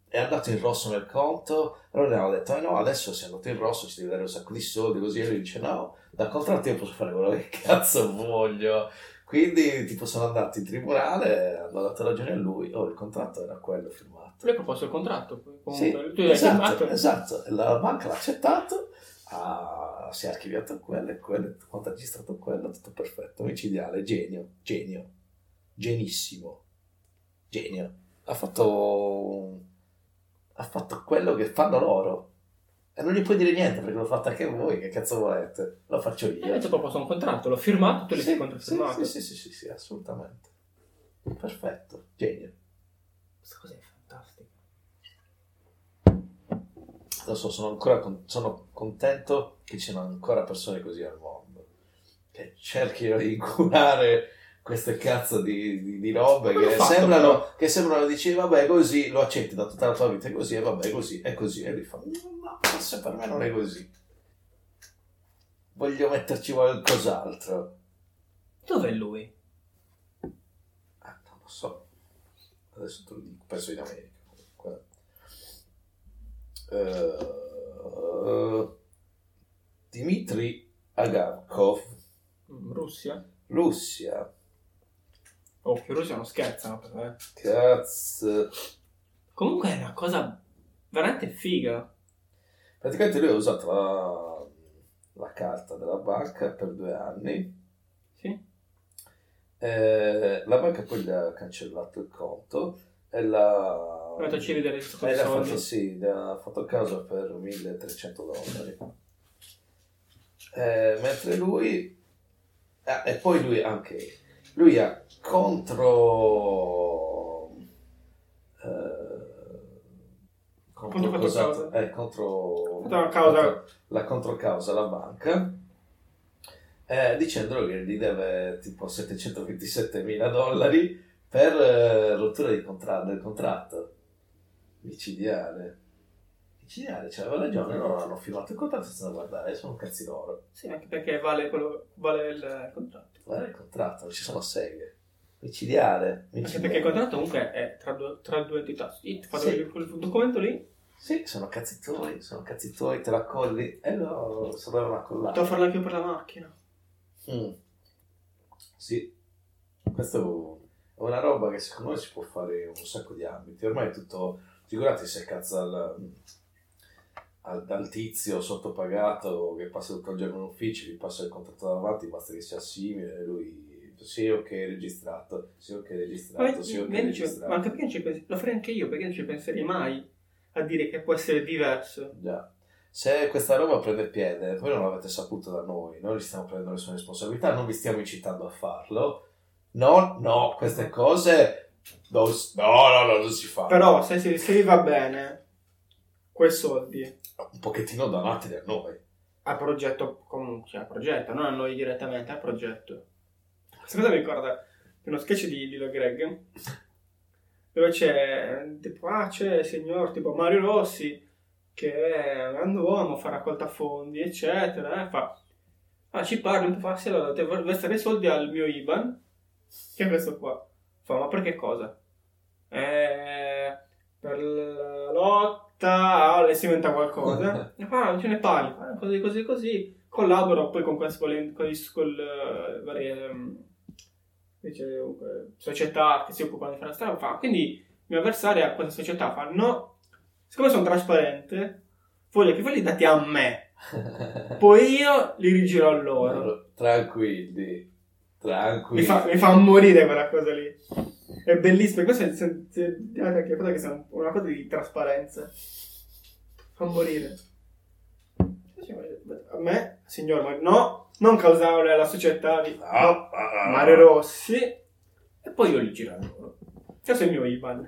Speaker 2: è andato in rosso nel conto, allora gli hanno detto, eh no, adesso sei andato in rosso ci devi dare un sacco di soldi, così e lui dice no, da contratto io posso fare quello che cazzo voglio. Quindi tipo sono andati in tribunale, hanno dato ragione a lui, oh il contratto era quello firmato.
Speaker 1: Lui ha proposto il contratto. Comunque,
Speaker 2: Sì,
Speaker 1: tu hai
Speaker 2: esatto,
Speaker 1: firmato-
Speaker 2: esatto. La banca l'ha accettato, ha- si è archiviato quello e quello, quanto ha registrato quello, tutto perfetto, omicidiale, genio, genio, genissimo, genio. Ha fatto, ha fatto quello che fanno loro. E non gli puoi dire niente perché l'ho fatto anche voi, che cazzo volete? Lo faccio
Speaker 1: E io
Speaker 2: io.
Speaker 1: ti ho proposto un contratto, l'ho firmato, tu l'hai
Speaker 2: Sì,
Speaker 1: controfirmato.
Speaker 2: sì, sì, sì, sì, sì, assolutamente. Perfetto, genio.
Speaker 1: Questa cosa è fantastica.
Speaker 2: Non so, sono ancora con- sono contento che ci siano ancora persone così al mondo. Cioè, cerchi di curare queste cazzo di, di, di robe
Speaker 1: Ma l'ho
Speaker 2: che
Speaker 1: fatto,
Speaker 2: sembrano,
Speaker 1: però.
Speaker 2: che sembrano dici vabbè così, lo accetti da tutta la tua vita, è così, e vabbè così, è così, e lui fa no, forse per me non è così. Voglio metterci qualcos'altro.
Speaker 1: Dov'è lui?
Speaker 2: Ah, non lo so. Adesso te lo dico, penso in America. comunque. Eh, Dimitri Agakov,
Speaker 1: Mm, Russia?
Speaker 2: Russia.
Speaker 1: Occhio, Russia non scherzano. però, eh.
Speaker 2: Cazzo.
Speaker 1: Comunque è una cosa veramente figa.
Speaker 2: Praticamente lui ha usato la, la carta della banca per due anni.
Speaker 1: Sì?
Speaker 2: Eh, la banca poi gli ha cancellato il conto e l'ha,
Speaker 1: Guarda, ci vedere sto col
Speaker 2: e l'ha fatto,
Speaker 1: soldi.
Speaker 2: sì, le ha fatto caso per 1300 dollari. Eh, mentre lui... ah, e poi lui anche... Lui ha contro... eh,
Speaker 1: Contro fatto
Speaker 2: cosato-
Speaker 1: causa?
Speaker 2: eh, contro...
Speaker 1: Fatto una causa-
Speaker 2: la controcausa alla banca eh, dicendolo che gli deve tipo 727 mila dollari per eh, rottura di contra- del contratto micidiale micidiale cioè aveva ragione loro hanno firmato il contratto senza guardare sono cazzi loro
Speaker 1: Sì, anche perché vale, quello, vale il contratto.
Speaker 2: guarda il contratto non ci sono seghe micidiale
Speaker 1: Anche
Speaker 2: micidiale
Speaker 1: perché il contratto comunque è tra due, tra due entità. Sì, ti fate
Speaker 2: Sì.
Speaker 1: vedere quel documento lì,
Speaker 2: sì sono cazzi tuoi sono cazzi tuoi te la colli e loro se dovevano accollare
Speaker 1: devo farla più per la macchina.
Speaker 2: Mm. Sì, questa è un- è una roba che secondo me si può fare in un sacco di ambiti. Ormai è tutto, figurati se cazzo al, al, al tizio sottopagato che passa tutto il giorno in ufficio, gli passa il contratto davanti, basta che sia simile, e lui sì ok registrato, sì ok
Speaker 1: Ma,
Speaker 2: registrato, Esatto, sì ok
Speaker 1: vedi, cioè, ma
Speaker 2: registrato.
Speaker 1: anche perché non ci pensi? Lo farei anche io, perché non ci penserei mai a dire che può essere diverso.
Speaker 2: Già. Se questa roba prende piede, voi non l'avete saputo da noi, noi non ci stiamo prendendo nessuna responsabilità, non vi stiamo incitando a farlo. No, no, queste cose non s- no, no, no, non si fa.
Speaker 1: Però se, si- se vi va bene quei soldi
Speaker 2: Un pochettino donateli a
Speaker 1: [laughs]
Speaker 2: noi.
Speaker 1: a progetto comunque, cioè a progetto, non a noi direttamente, a progetto. Questa cosa mi ricorda di uno sketch di Lilo e Greg dove c'è eh, tipo, ah c'è il signor tipo Mario Rossi che è un grande uomo, fa raccolta fondi, eccetera, eh, fa... Ah, ci parli un po', fa, sì, allora, devo versare i soldi al mio IBAN, che è questo qua. Fa, ma per che cosa? Eh, per la lotta, alle si inventa qualcosa. E fa, "Ah, ce ne parli, fa, così, così, così. Collaboro poi con questo, con, con, eh, varie ehm, dice, eh, società che si occupano di fare la strada. Fa, quindi il mio avversario a questa società fa, no, siccome sono trasparente, voglio che voi li date a me, poi io li rigiro a loro.
Speaker 2: Tranquilli, tranquilli.
Speaker 1: Mi fa, mi fa morire quella cosa lì. È bellissimo. Questa è, se- se- guarda che cosa che sia una cosa di trasparenza. Fa morire. A me, signor Mario, no, non causare alla società di
Speaker 2: No,
Speaker 1: no,
Speaker 2: no, no.
Speaker 1: Mario Rossi. E poi io li giro a loro. Questo è il mio Ivan.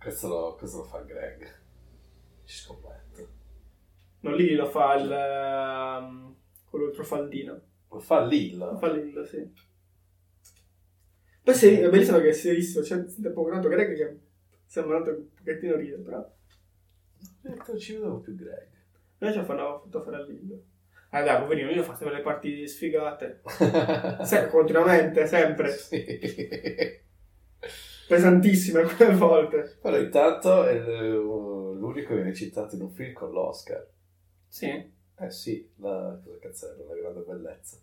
Speaker 2: Questo lo, questo lo fa Greg. Ci scommetto.
Speaker 1: No, lì lo fa il. ehm, quello trofaldino.
Speaker 2: Lo fa
Speaker 1: Lo
Speaker 2: Lil.
Speaker 1: fa lì, sì. Poi sì, è bellissimo che è serissimo. C'è un po' nato Greg che sembra nato un pochettino ridere, però.
Speaker 2: Non ci vedevo più Greg.
Speaker 1: Noi ci fanno appunto fare a Lillo. Ah dai, poverino, io faccio le parti sfigate. Eh, Se- continuamente, sempre.
Speaker 2: [laughs] Sì.
Speaker 1: Pesantissime [laughs] quelle volte.
Speaker 2: Però intanto è l- l'unico che viene citato in un film con l'Oscar.
Speaker 1: Sì.
Speaker 2: Eh sì, la cosa cazzo era, la grande bellezza.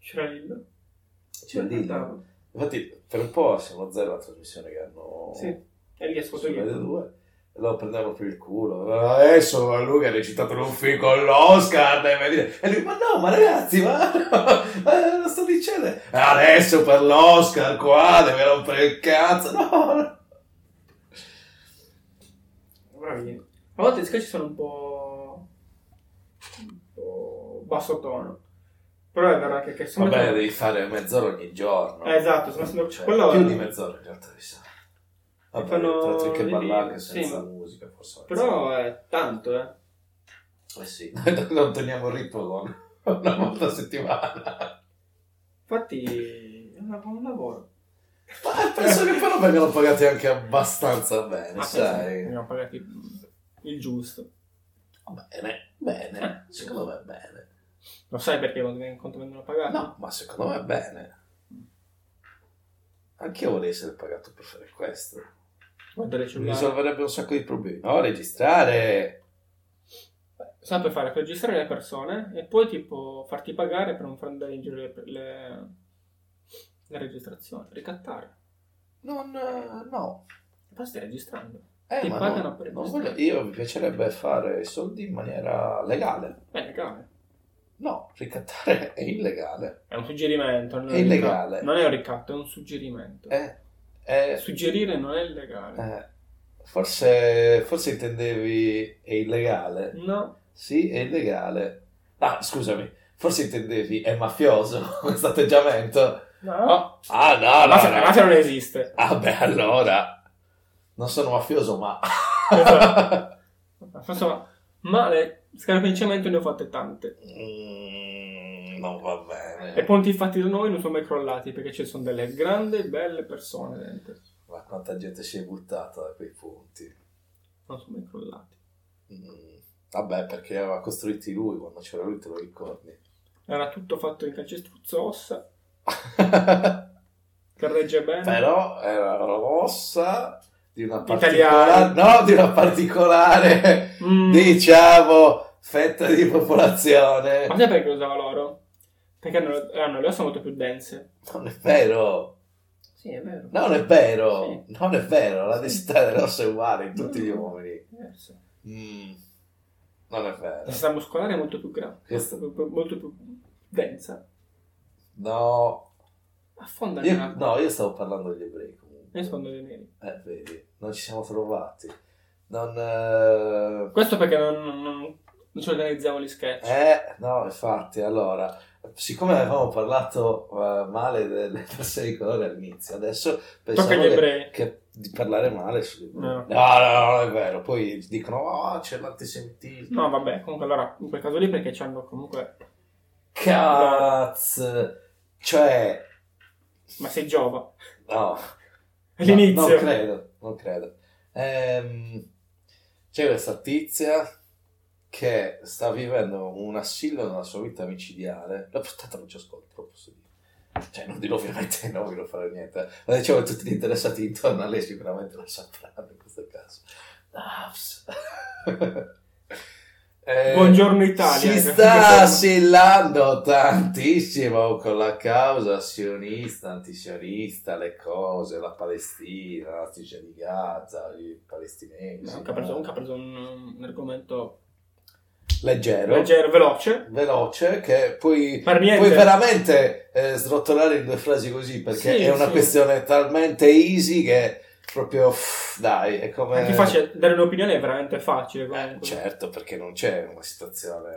Speaker 1: C'era Lillo.
Speaker 2: C'è Lillo. Infatti per un po' siamo a zero la trasmissione che hanno
Speaker 1: Sì. E lì è
Speaker 2: su
Speaker 1: sotto
Speaker 2: Radio
Speaker 1: Lillo.
Speaker 2: 2 e lo prendevano per il culo. Adesso lui che ha recitato in un film con l'Oscar deve dire. E lui, ma no, ma ragazzi, ma, ma lo sto dicendo. Adesso per l'Oscar qua deve rompere il cazzo. No, no.
Speaker 1: Bravino. A volte gli sketch sono un po'... un po' basso tono. Però è vero anche che sono...
Speaker 2: Vabbè, devi fare mezz'ora ogni giorno.
Speaker 1: Eh, esatto, sono sempre...
Speaker 2: Cioè,
Speaker 1: quello...
Speaker 2: più di mezz'ora in realtà mi sa. Vabbè,
Speaker 1: fanno
Speaker 2: tra trick e
Speaker 1: dei
Speaker 2: ballare
Speaker 1: video,
Speaker 2: senza
Speaker 1: sì, ma-
Speaker 2: musica forse.
Speaker 1: Però è tanto, eh.
Speaker 2: [laughs] Eh sì, non teniamo il ritmo con una volta a settimana.
Speaker 1: Infatti è una- un lavoro.
Speaker 2: Ma penso che però vengano pagati anche abbastanza bene,
Speaker 1: Ma
Speaker 2: Eh, sai.
Speaker 1: Abbiamo pagato il il giusto.
Speaker 2: Bene, bene, secondo me bene.
Speaker 1: Lo sai perché vengono- quanto vengono pagati?
Speaker 2: No, ma secondo me bene. Anche io vorrei essere pagato per fare questo.
Speaker 1: Guardare il
Speaker 2: Mi
Speaker 1: cellulare.
Speaker 2: risolverebbe un sacco di problemi. No, registrare.
Speaker 1: Sempre fare per registrare le persone e poi tipo farti pagare per non far andare in giro le, le, le registrazioni, ricattare.
Speaker 2: Non, eh, no.
Speaker 1: E poi stai registrando.
Speaker 2: Eh,
Speaker 1: Ti
Speaker 2: ma
Speaker 1: pagano
Speaker 2: no,
Speaker 1: per
Speaker 2: non
Speaker 1: registrare.
Speaker 2: voglio- Io mi piacerebbe fare i soldi in maniera legale.
Speaker 1: Beh, legale.
Speaker 2: No, ricattare [laughs] è illegale.
Speaker 1: È un suggerimento. Non
Speaker 2: È
Speaker 1: un ricatto.
Speaker 2: illegale.
Speaker 1: Non è un ricatto, è un suggerimento.
Speaker 2: È, è-
Speaker 1: Suggerire non è illegale.
Speaker 2: eh, forse, forse intendevi è illegale.
Speaker 1: No,
Speaker 2: Sì, è illegale. Ah, scusami, forse intendevi è mafioso [laughs] questo atteggiamento.
Speaker 1: no.
Speaker 2: Ah,
Speaker 1: la,
Speaker 2: no,
Speaker 1: mafia,
Speaker 2: no,
Speaker 1: la
Speaker 2: no.
Speaker 1: mafia non esiste.
Speaker 2: Ah, beh, allora. Non sono
Speaker 1: [laughs]
Speaker 2: mafioso, ma...
Speaker 1: Esatto. Insomma, ma le scarpe in cemento ne ho fatte tante.
Speaker 2: Mm, non va bene.
Speaker 1: E ponti fatti da noi non sono mai crollati perché ci sono delle grandi, belle persone dentro.
Speaker 2: Ma quanta gente si è buttata da quei punti.
Speaker 1: Non sono mai crollati.
Speaker 2: Mm, Vabbè, perché aveva costruiti lui quando c'era lui, te lo ricordi. [laughs]
Speaker 1: Era tutto fatto in calcestruzzo ossa, che regge bene.
Speaker 2: Però era rossa di una particolare,
Speaker 1: Italiani.
Speaker 2: no, di
Speaker 1: [laughs]
Speaker 2: una particolare,
Speaker 1: Mm.
Speaker 2: diciamo, fetta di popolazione.
Speaker 1: Ma sai perché lo usava loro? Perché hanno, hanno le ossa molto più dense.
Speaker 2: Non è vero,
Speaker 1: Sì, è vero.
Speaker 2: non è vero,
Speaker 1: Sì.
Speaker 2: non è vero, la
Speaker 1: Sì.
Speaker 2: densità dell'osso è uguale in tutti gli uomini.
Speaker 1: Diverso.
Speaker 2: Mm, Non è
Speaker 1: La
Speaker 2: vero.
Speaker 1: densità muscolare è molto più grande,
Speaker 2: Questo-
Speaker 1: molto più densa.
Speaker 2: No,
Speaker 1: Affonda
Speaker 2: io,
Speaker 1: nell'acqua.
Speaker 2: no, io stavo parlando degli ebrei comunque.
Speaker 1: Io sono dei neri.
Speaker 2: Eh, vedi, non ci siamo trovati. Non... eh,
Speaker 1: Questo perché non, non- non- non ci organizziamo gli sketch.
Speaker 2: Eh, no, infatti, allora, siccome avevamo parlato eh, male delle persone di colore all'inizio, adesso
Speaker 1: Tocca agli
Speaker 2: pensiamo che,
Speaker 1: ebrei.
Speaker 2: che- di parlare male su...
Speaker 1: No.
Speaker 2: No, no, no, non è vero. Poi dicono, oh, c'è l'antisemitismo.
Speaker 1: No, vabbè, comunque allora, in quel caso lì perché ci hanno comunque...
Speaker 2: Cazzo! Cioè...
Speaker 1: Ma sei giova.
Speaker 2: No.
Speaker 1: All'inizio.
Speaker 2: No, non credo, non credo. Ehm, c'è questa tizia che sta vivendo un assillo nella sua vita micidiale. La puntata non ci ascolta, lo posso dire. Cioè, non dirò ovviamente no, non farò niente. Ma diciamo che tutti gli interessati intorno a lei sicuramente lo sapranno in questo caso. Ah, ps- [laughs] Eh,
Speaker 1: Buongiorno Italia.
Speaker 2: Si sta assillando tantissimo con la causa sionista, antisionista, le cose, la Palestina, la striscia di Gaza, i palestinesi.
Speaker 1: Comunque Eh, ha preso, comunque ha preso un, un argomento
Speaker 2: Leggero,
Speaker 1: leggero, veloce.
Speaker 2: veloce, che puoi,
Speaker 1: Per niente.
Speaker 2: puoi veramente eh, srotolare in due frasi così, perché
Speaker 1: Sì,
Speaker 2: è una
Speaker 1: sì.
Speaker 2: questione talmente easy che proprio, pff, dai, è come...
Speaker 1: Anche facile, dare un'opinione è veramente facile.
Speaker 2: Eh,
Speaker 1: Comunque.
Speaker 2: certo, perché non c'è una situazione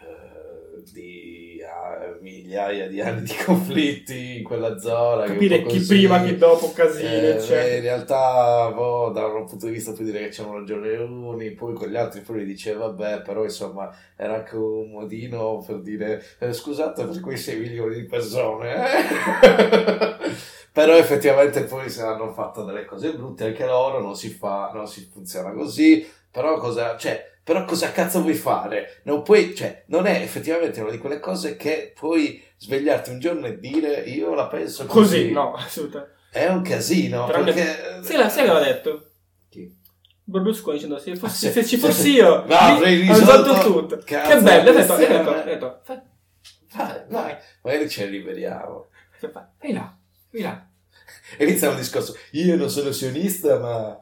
Speaker 2: eh, di ah, migliaia di anni di [laughs] conflitti in quella zona. che
Speaker 1: Capire
Speaker 2: un po'
Speaker 1: chi
Speaker 2: così,
Speaker 1: prima, chi dopo, casini, cioè.
Speaker 2: eh,
Speaker 1: eccetera.
Speaker 2: in realtà, boh, da un punto di vista, puoi dire che c'erano ragione uni, poi con gli altri poi dice "Eh, vabbè, però insomma era anche un modino per dire eh, scusate per quei 6 milioni di persone. eh." [laughs] però effettivamente poi se hanno fatto delle cose brutte anche loro, non si fa, non si funziona così, però cosa, cioè, però cosa cazzo vuoi fare? Non puoi, cioè, non è effettivamente una di quelle cose che puoi svegliarti un giorno e dire io la penso così.
Speaker 1: Così, no, assolutamente.
Speaker 2: È un casino,
Speaker 1: Tranne-
Speaker 2: perché...
Speaker 1: Sì, la, sai che l'ha detto?
Speaker 2: Chi?
Speaker 1: Berlusconi dicendo se, fossi-
Speaker 2: Ah, sì.
Speaker 1: se ci fossi io
Speaker 2: No, avrei
Speaker 1: lì, ho
Speaker 2: risolto-
Speaker 1: risolto tutto.
Speaker 2: Cazzo,
Speaker 1: che bello, ho detto, ho detto, ho
Speaker 2: insieme.
Speaker 1: detto, fa-
Speaker 2: Vai, Ah, vai, magari ce ne liberiamo.
Speaker 1: fa- fa- vai là, vai là.
Speaker 2: E [laughs] inizia un discorso, io non sono
Speaker 1: [laughs]
Speaker 2: sionista, ma...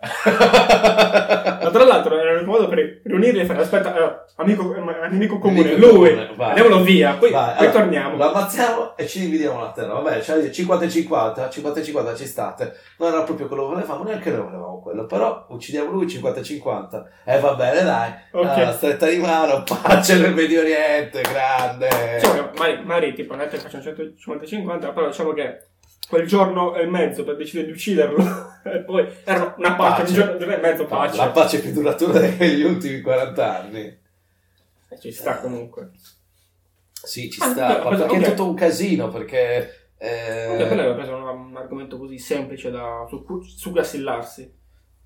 Speaker 2: Ah.
Speaker 1: Ma tra l'altro era un modo per riunirli e fare, aspetta, allora, amico, eh, nemico comune,
Speaker 2: Amico
Speaker 1: lui,
Speaker 2: comune, vai.
Speaker 1: andiamolo via, poi,
Speaker 2: Vai,
Speaker 1: poi
Speaker 2: allora,
Speaker 1: torniamo.
Speaker 2: Lo ammazziamo e ci dividiamo la terra. Vabbè, cioè 50 e 50, 50 e 50 ci state. Non era proprio quello che volevamo, neanche noi volevamo quello. Però uccidiamo lui 50 e 50. E va bene, dai.
Speaker 1: Ok.
Speaker 2: Ah, stretta di mano, pace nel Medio Oriente, grande.
Speaker 1: Diciamo che Mari, Mari, tipo, non è che facciamo 150-50, però diciamo che quel giorno e mezzo per decidere di ucciderlo, [laughs] e poi era una pace,
Speaker 2: Pace.
Speaker 1: un giorno, un giorno e mezzo pace.
Speaker 2: La pace più duratura degli ultimi 40 anni.
Speaker 1: E Ci sta comunque.
Speaker 2: Sì, ci
Speaker 1: Ah,
Speaker 2: sta,
Speaker 1: no,
Speaker 2: ma perché
Speaker 1: ok.
Speaker 2: è tutto un casino, perché... eh,
Speaker 1: Ok, però aveva preso un, un argomento così semplice da su cui, su cui assillarsi.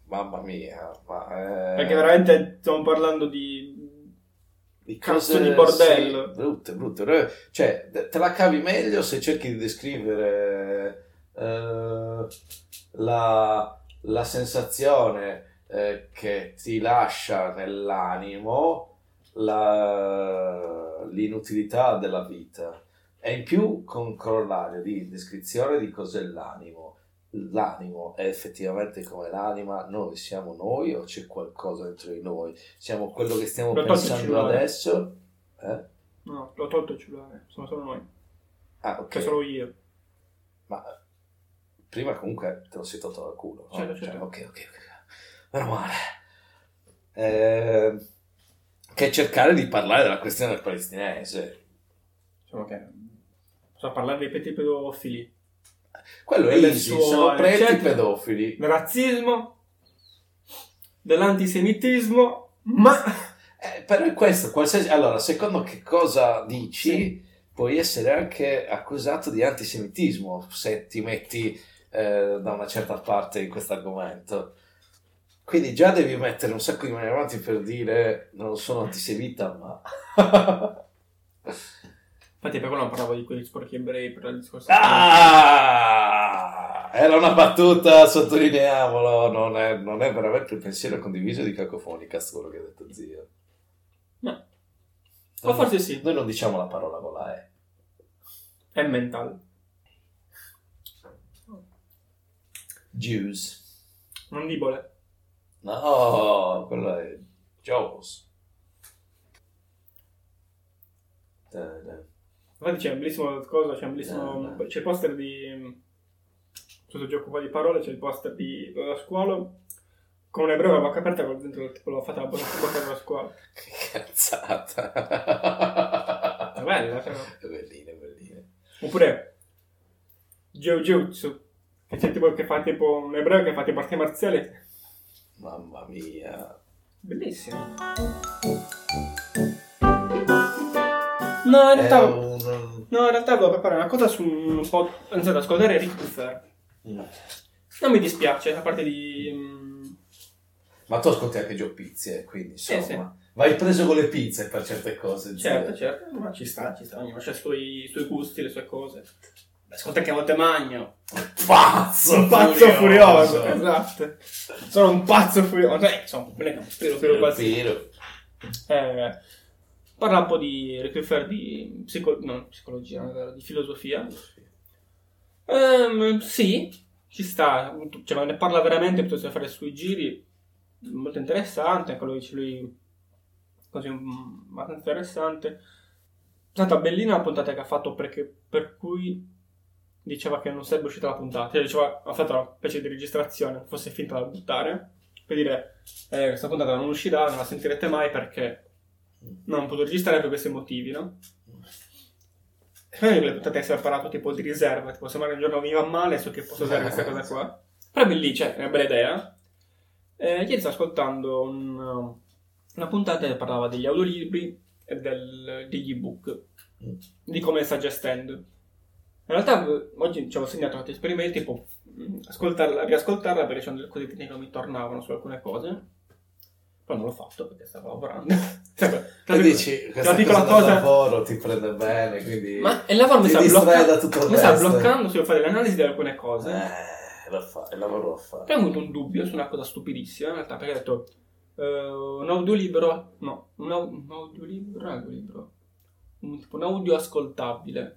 Speaker 2: Mamma mia, ma... eh,
Speaker 1: Perché veramente stiamo parlando di...
Speaker 2: di
Speaker 1: cazzo di bordello.
Speaker 2: sì, brutte, brutte. Re- Cioè, te la cavi meglio se cerchi di descrivere eh, la, la sensazione eh, che ti lascia nell'animo la- l'inutilità della vita. E in più con corollario di descrizione di cos'è l'animo. L'animo è effettivamente come l'anima, noi siamo noi o c'è qualcosa dentro di noi? Siamo quello che stiamo
Speaker 1: Però tanto ci
Speaker 2: pensando
Speaker 1: vuole.
Speaker 2: adesso? Eh?
Speaker 1: No, l'ho tolto il cellulare, sono solo noi,
Speaker 2: Ah,
Speaker 1: cioè
Speaker 2: ok.
Speaker 1: solo io.
Speaker 2: Ma prima comunque te lo sei tolto dal culo. no?
Speaker 1: Certo,
Speaker 2: Cioè,
Speaker 1: certo.
Speaker 2: ok, ok, ok. Meno male. Eh, che cercare di parlare della questione del palestinese.
Speaker 1: Diciamo che... So parlare dei peti pedofili.
Speaker 2: Quello è
Speaker 1: Quello è
Speaker 2: easy,
Speaker 1: il suo-
Speaker 2: sono preti
Speaker 1: certo.
Speaker 2: pedofili.
Speaker 1: Del razzismo, dell'antisemitismo, ma...
Speaker 2: Eh, però è questo, qualsiasi... Allora, secondo che cosa dici, puoi essere anche accusato di antisemitismo se ti metti eh, da una certa parte in questo argomento. Quindi già devi mettere un sacco di mani avanti per dire non sono antisemita, ma... [laughs]
Speaker 1: Infatti per quello non parlavo di quegli sporchi ebrei per il discorso...
Speaker 2: ah! Era una battuta, sottolineiamolo, non è, non è veramente un pensiero condiviso di cacofonica, quello che ha detto zio.
Speaker 1: No. O forse sì,
Speaker 2: Noi non diciamo la parola con la E.
Speaker 1: è mental.
Speaker 2: Jews.
Speaker 1: Non dibole.
Speaker 2: No, quello è Jaws. Eh,
Speaker 1: Infatti c'è un bellissimo cosa, c'è un bellissimo...
Speaker 2: Eh, beh.
Speaker 1: c'è il poster di... Questo gioco qua di parole, c'è il poster di... della scuola con un ebreo con la bocca aperta con dentro tipo l'ho fatta la bocca della scuola.
Speaker 2: Che cazzata. [laughs]
Speaker 1: È bella, però.
Speaker 2: È bellina, è bellina.
Speaker 1: Cioè, Oppure Jiu-Jitsu, che c'è tipo che fa tipo un ebreo che fa tipo arti marziali.
Speaker 2: Mamma
Speaker 1: Eh,
Speaker 2: mia.
Speaker 1: Bellissimo. No, in
Speaker 2: È
Speaker 1: realtà,
Speaker 2: un...
Speaker 1: no, in realtà volevo preparare una cosa su un po'. Anziano, ascoltare Rick Fair. Non mi dispiace, la parte di. mm,
Speaker 2: Ma tu ascolti anche Gio Pizzi, eh, quindi
Speaker 1: Sì,
Speaker 2: insomma. Vai preso con le pizze per certe cose. zio.
Speaker 1: certo, certo, ma ci sta, ci sta. Ognuno ha i suoi, i suoi gusti, le sue cose. Ascolta che a volte magno.
Speaker 2: Pazzo,
Speaker 1: Un pazzo furioso. Esatto. Sono un pazzo furioso. Eh, insomma, non è che è un spiro, spiro
Speaker 2: Piro,
Speaker 1: qualsiasi.
Speaker 2: piro.
Speaker 1: Eh, parla un po' di Requiefer di psico- non, psicologia, non è vero, di filosofia. Ehm, sì, ci sta, cioè, ma ne parla veramente piuttosto che fare sui giri. Molto interessante, anche lui dice lui così mm, abbastanza interessante. È stata bellina la puntata che ha fatto perché, per cui diceva che non sarebbe uscita la puntata. Cioè, diceva, ha fatto una specie di registrazione, fosse finta da buttare, per dire eh, questa puntata non uscirà, non la sentirete mai perché non ho potuto registrare per questi motivi, no? Però io le puntate che si è parlato tipo di riserva, tipo se magari un giorno mi va male so che posso usare questa cosa qua. Però è lì, cioè, è una bella idea. Eh, ieri stavo ascoltando un- una puntata che parlava degli audiolibri e del- degli ebook,
Speaker 2: Mm.
Speaker 1: di come sta gestendo. In realtà eh, oggi ci avevo segnato altri esperimenti, tipo mh, ascoltarla, riascoltarla perché c'erano delle cose che non mi tornavano su alcune cose. Però non l'ho fatto perché stavo lavorando. [laughs] Cioè, Sempre,
Speaker 2: Tu dici, questa
Speaker 1: piccola
Speaker 2: cosa,
Speaker 1: cosa-
Speaker 2: da lavoro ti prende bene, quindi...
Speaker 1: Ma il lavoro mi
Speaker 2: Ti
Speaker 1: sta,
Speaker 2: distrae
Speaker 1: blocca-
Speaker 2: da tutto il
Speaker 1: mi sta
Speaker 2: resto.
Speaker 1: bloccando sul fare l'analisi di alcune cose.
Speaker 2: Eh, lo fa, il lavoro lo fa.
Speaker 1: Poi ho avuto un dubbio su una cosa stupidissima, in realtà, perché ho detto eh, un audiolibro, no, un, au- un audiolibro, un audiolibro, un, tipo un audio ascoltabile,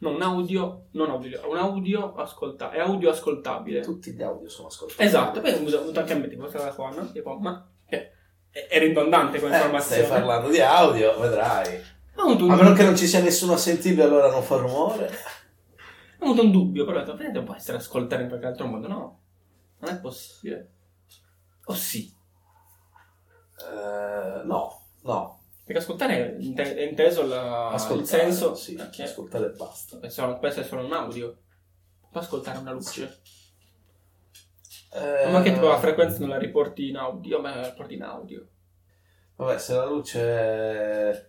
Speaker 1: no, un audio, non audio, un audio ascoltabile, è audio ascoltabile.
Speaker 2: Tutti gli audio sono ascoltati.
Speaker 1: Esatto, poi ho usato anche a me tipo questa cosa qua, no? Tipo, ma che- è, è ridondante come
Speaker 2: Eh,
Speaker 1: informazione.
Speaker 2: stai parlando di audio, vedrai.
Speaker 1: Ho avuto un
Speaker 2: A meno che non ci sia nessuno a sentirli, allora non fa rumore.
Speaker 1: Ho avuto un dubbio, però ho detto, "Veramente può essere ascoltare in qualche altro modo? No, non è possibile. O sì,
Speaker 2: Eh, no, no.
Speaker 1: perché ascoltare è inte- è inteso la-
Speaker 2: Ascoltare,
Speaker 1: Ah, il senso eh,
Speaker 2: sì,
Speaker 1: che
Speaker 2: ascoltare e basta.
Speaker 1: è solo- può essere solo un audio, può ascoltare una luce.
Speaker 2: Eh,
Speaker 1: Ma che tipo la frequenza non la riporti in audio, ma la riporti in audio.
Speaker 2: Vabbè, se la luce eh,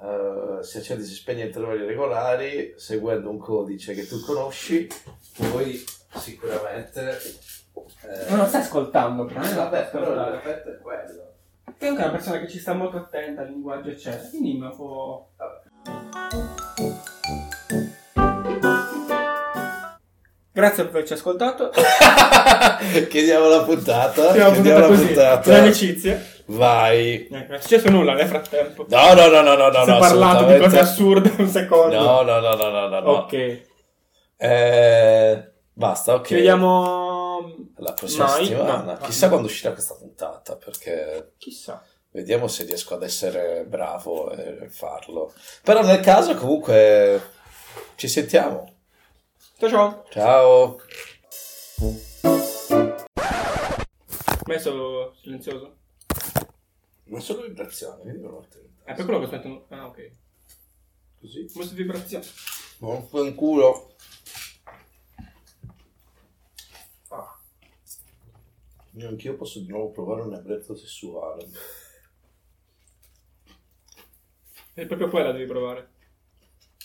Speaker 2: eh, si accende e si spegne in intervalli regolari, seguendo un codice che tu conosci, poi sicuramente... eh,
Speaker 3: Non lo stai ascoltando, però.
Speaker 2: eh, vabbè, però l'effetto è [laughs] quello.
Speaker 1: È anche una persona che ci sta molto attenta al linguaggio, eccetera. Quindi mi può. Grazie per averci ascoltato.
Speaker 2: Chiediamo la puntata.
Speaker 1: Abbiamo
Speaker 2: Chiediamo
Speaker 1: puntata
Speaker 2: la
Speaker 1: così.
Speaker 2: puntata.
Speaker 1: L'amicizia.
Speaker 2: Vai.
Speaker 1: Eh, non è successo nulla nel frattempo.
Speaker 2: No, no, no, no, no, no.
Speaker 1: si
Speaker 2: no,
Speaker 1: è parlato di
Speaker 2: assolutamente.
Speaker 1: cose assurde un secondo.
Speaker 2: No, no, no, no, no, no. no.
Speaker 1: Ok.
Speaker 2: Eh, basta, ok.
Speaker 1: Ci vediamo.
Speaker 2: La prossima
Speaker 1: Noi?
Speaker 2: settimana.
Speaker 1: No, no.
Speaker 2: Chissà quando uscirà questa puntata, perché
Speaker 1: Chissà.
Speaker 2: vediamo se riesco ad essere bravo e farlo. Però nel caso, comunque, ci sentiamo.
Speaker 1: Ciao ciao.
Speaker 2: Ciao.
Speaker 1: Messo silenzioso.
Speaker 2: Non sono vibrazioni, vedi una volta.
Speaker 1: È per quello che ho smesso. Ah, ok.
Speaker 2: Così.
Speaker 1: Molte vibrazioni.
Speaker 2: Non un culo.
Speaker 1: Ah.
Speaker 2: Io anch'io posso di nuovo provare un ebbrezza sessuale.
Speaker 1: È proprio quella devi provare.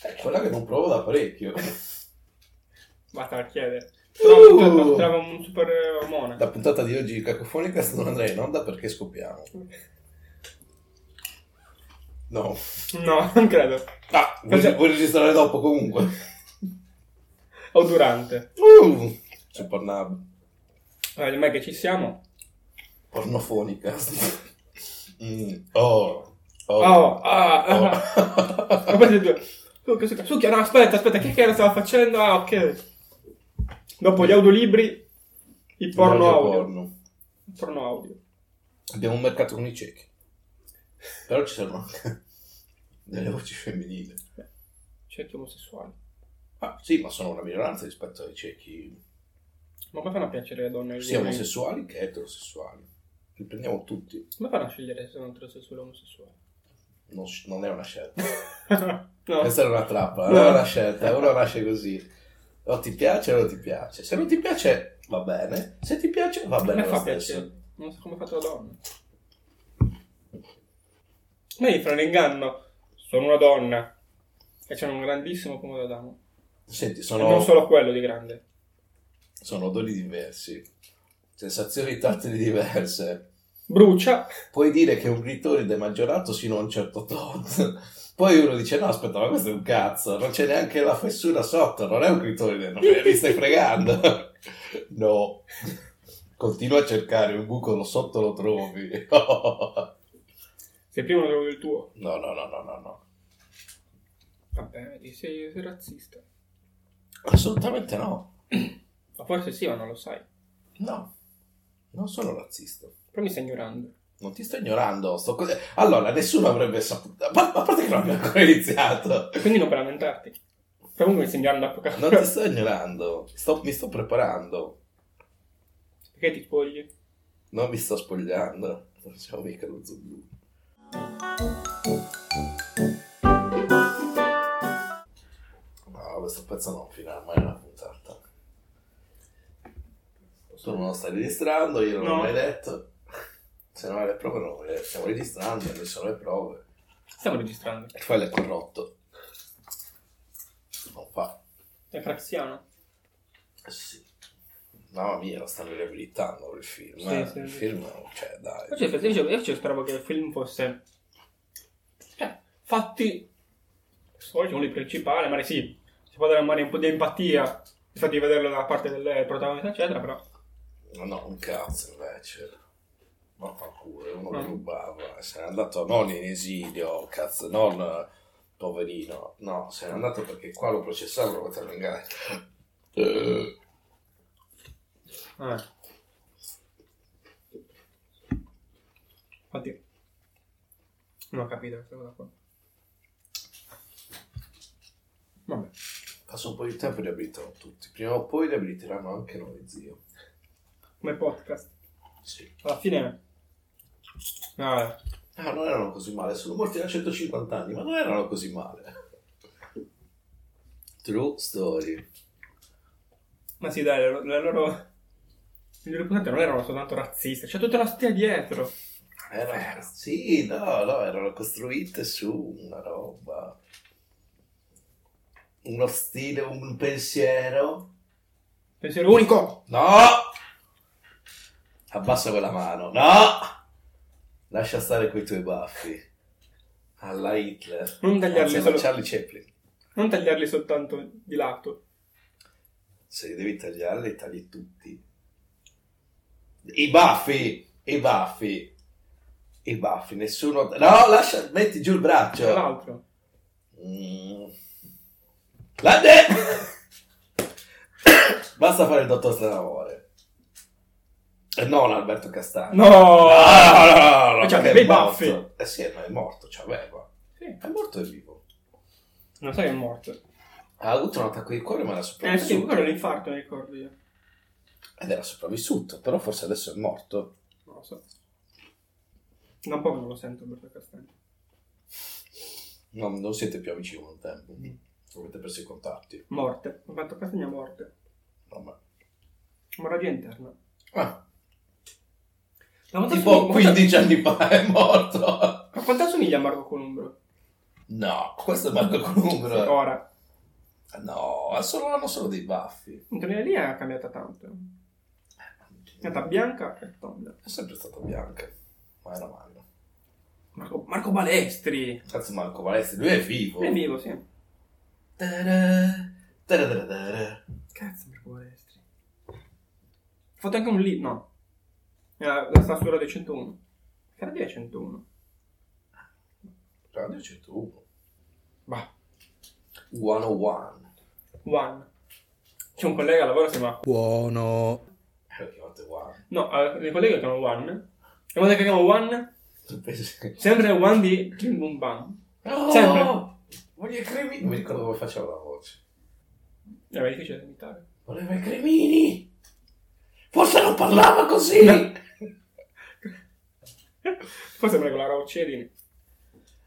Speaker 2: È Eh, quella che non provo da parecchio.
Speaker 1: Basta a chiedere.
Speaker 2: Uh!
Speaker 1: Trovo trovo un super eh, omone.
Speaker 2: La puntata di oggi cacofonica non andrei in onda perché scoppiamo. No.
Speaker 1: [laughs] No, non credo.
Speaker 2: Ah, vuoi,
Speaker 1: Cos'è?
Speaker 2: vuoi registrare dopo comunque?
Speaker 1: O durante.
Speaker 2: Uh, su Pornhub.
Speaker 1: Allora, ormai che ci siamo.
Speaker 2: Pornofonica. [laughs] Mm, Oh.
Speaker 1: Oh,
Speaker 2: Oh.
Speaker 1: ah, ah.
Speaker 2: Oh.
Speaker 1: [laughs] Ma questi due. Succhia, succhia, succhia, no, aspetta, aspetta, che cazzo stava facendo? Ah, ok. Dopo gli audiolibri, il porno
Speaker 2: Voglio
Speaker 1: audio.
Speaker 2: porno.
Speaker 1: Il porno audio.
Speaker 2: Abbiamo un mercato con i ciechi. Però ci servono anche [laughs] delle voci femminili.
Speaker 1: Cerchi omosessuali.
Speaker 2: Ah, sì, ma sono una minoranza rispetto ai ciechi
Speaker 1: Ma come fanno a piacere le donne? e gli
Speaker 2: sia
Speaker 1: uomini?
Speaker 2: omosessuali che eterosessuali. Li prendiamo tutti.
Speaker 1: Come fanno a scegliere se sono eterosessuali o omosessuali?
Speaker 2: [laughs] Non, non è una scelta.
Speaker 1: no.
Speaker 2: Questa è una trappola,
Speaker 1: No.
Speaker 2: non è una scelta, uno nasce così. O ti piace o non ti piace. Se non ti piace va bene, se ti piace va
Speaker 1: non
Speaker 2: bene
Speaker 1: mi
Speaker 2: lo
Speaker 1: fa
Speaker 2: stesso.
Speaker 1: piacere. Non so come ha fatto la donna. Lei fra l'inganno. Sono una donna. E c'è un grandissimo comodo d'amo.
Speaker 2: Senti,
Speaker 1: E non
Speaker 2: sono,
Speaker 1: solo quello di grande.
Speaker 2: sono odori diversi, sensazioni tattili diverse.
Speaker 1: Brucia.
Speaker 2: Puoi dire che un grittore è maggiorato sino a un certo tot. Poi uno dice: No, aspetta, ma questo è un cazzo, non c'è neanche la fessura sotto, non è un grittore, non mi stai fregando. [laughs] No, continua a cercare un buco lo sotto, lo trovi. [laughs]
Speaker 1: Se prima non avevo il tuo.
Speaker 2: No, no, no, no, no, no.
Speaker 1: Vabbè, vedi, sei, sei razzista. [clears throat]
Speaker 2: Assolutamente no.
Speaker 1: Ma forse sì, ma non lo sai.
Speaker 2: No. Non sono razzista.
Speaker 1: Però mi stai ignorando.
Speaker 2: Non ti sto ignorando. Sto così. Allora, nessuno avrebbe saputo. Ma, ma a parte che non abbiamo ancora iniziato.
Speaker 1: E quindi non per lamentarti. Comunque mi stai ignorando a poca
Speaker 2: Non ti sto ignorando. Sto- mi sto preparando.
Speaker 1: [laughs] Perché ti spogli?
Speaker 2: Non mi sto spogliando. Non siamo mica lo zoo blu. No, questo pezzo non finirà mai una puntata. Tu non lo stai registrando, io non
Speaker 1: No.
Speaker 2: l'ho mai detto. Se non hai le prove, non le eh, stiamo registrando, non ci sono le prove.
Speaker 1: Stiamo registrando.
Speaker 2: E quello è corrotto. Non fa.
Speaker 1: È fraziano.
Speaker 2: Sì. Mamma mia, lo stanno riabilitando il film.
Speaker 1: Sì,
Speaker 2: eh.
Speaker 1: sì,
Speaker 2: il
Speaker 1: sì.
Speaker 2: film, cioè, dai.
Speaker 1: Io ci, io ci- io ci speravo che il film fosse. Cioè, fatti. Poi c'è uno principale, magari sì. Si può dare magari un po' di empatia. Infatti, di vederlo dalla parte del protagonista, eccetera, però.
Speaker 2: No, No, un cazzo invece. Ma fa culo, uno
Speaker 1: Mm.
Speaker 2: che rubava. Se n'è andato non in esilio, cazzo, non poverino. No, se n'è andato perché qua lo processavano, lo mettevano in gara. Eh,
Speaker 1: Eh. Infatti. Non ho capito questa cosa qua. Vabbè.
Speaker 2: Passa un po' di tempo e li abilitano tutti. Prima o poi li abiliteranno anche noi, zio.
Speaker 1: Come podcast.
Speaker 2: Sì.
Speaker 1: Alla fine. Vabbè.
Speaker 2: Ah, non erano così male, sono morti da 150 anni, ma non erano così male. True story.
Speaker 1: Ma sì, dai, le loro- le loro. Le loro puntate non erano soltanto razziste, c'è tutta la storia dietro.
Speaker 2: Era- sì, no, no, erano costruite su una roba, uno stile, un pensiero.
Speaker 1: Pensiero unico!
Speaker 2: No! Abbassa quella mano, no! Lascia stare quei tuoi baffi. Alla Hitler.
Speaker 1: Non
Speaker 2: Anzi,
Speaker 1: tagliarli,
Speaker 2: alla
Speaker 1: solo,
Speaker 2: Charlie Chaplin.
Speaker 1: non tagliarli soltanto di lato.
Speaker 2: Se devi tagliarli, tagli tutti. I baffi! I baffi! I baffi, nessuno... No, lascia, metti giù il braccio.
Speaker 1: Tra l'altro.
Speaker 2: Mm. La de- [coughs] Basta fare il dottor Stranamore. E non Alberto Castagno.
Speaker 1: No!
Speaker 2: Ah, no, no, no,
Speaker 1: Ma c'ha
Speaker 2: che è
Speaker 1: dei
Speaker 2: morto.
Speaker 1: baffi.
Speaker 2: Eh sì, ma è morto, cioè, beh, ma-
Speaker 1: [laughs] Sì,
Speaker 2: è morto e vivo.
Speaker 1: non so che è
Speaker 2: Eh,
Speaker 1: morto.
Speaker 2: Ha avuto un attacco di cuore ma era
Speaker 1: Eh sì,
Speaker 2: sopravvissuto.
Speaker 1: quello è l'infarto, mi ricordo io.
Speaker 2: Ed era sopravvissuto, però forse adesso è morto.
Speaker 1: Non lo so. Da un po' che non lo sento Alberto Castagno.
Speaker 2: No, non siete più amici come un tempo. Avete perso i contatti.
Speaker 1: Morte. Alberto Castagno è morte.
Speaker 2: No, ma-
Speaker 1: Emorragia interna.
Speaker 2: Ah,
Speaker 1: Ma quanto
Speaker 2: tipo
Speaker 1: assomiglia- [laughs]
Speaker 2: 15 anni fa è morto.
Speaker 1: Ma quanto assomiglia a Marco Columbro?
Speaker 2: No, questo è Marco Columbro. eh.
Speaker 1: Ora.
Speaker 2: No, ha solo- hanno solo dei baffi.
Speaker 1: Antonella lì è cambiata tanto. È stata bianca e tonda.
Speaker 2: È sempre stata bianca, ma era male.
Speaker 1: Marco, Marco Balestri.
Speaker 2: Cazzo, Marco Valesti, lui è vivo.
Speaker 1: È vivo, sì.
Speaker 2: Tarà, tarà, tarà, tarà.
Speaker 1: Cazzo, Marco Balestri. Ha fatto anche un libro. No. Era la statura dei 101. Che era di 101?
Speaker 2: Radio 101.
Speaker 1: Bah.
Speaker 2: 101.
Speaker 1: One. C'è un collega al lavoro che si chiama
Speaker 3: Buono.
Speaker 2: Eh, Lo chiamate One.
Speaker 1: No, allora, il collega chiama One. E quando chiama One,
Speaker 2: Tu pensi che-
Speaker 1: sempre One di Kim Bum Bam.
Speaker 2: No!
Speaker 1: Sempre.
Speaker 2: Voglio i cremini. Non mi ricordo come faceva la voce.
Speaker 1: Era Eh, difficile da imitare.
Speaker 2: Voleva i cremini. Forse non parlava così.
Speaker 1: No. [laughs] Poi sembra con la Roccerini.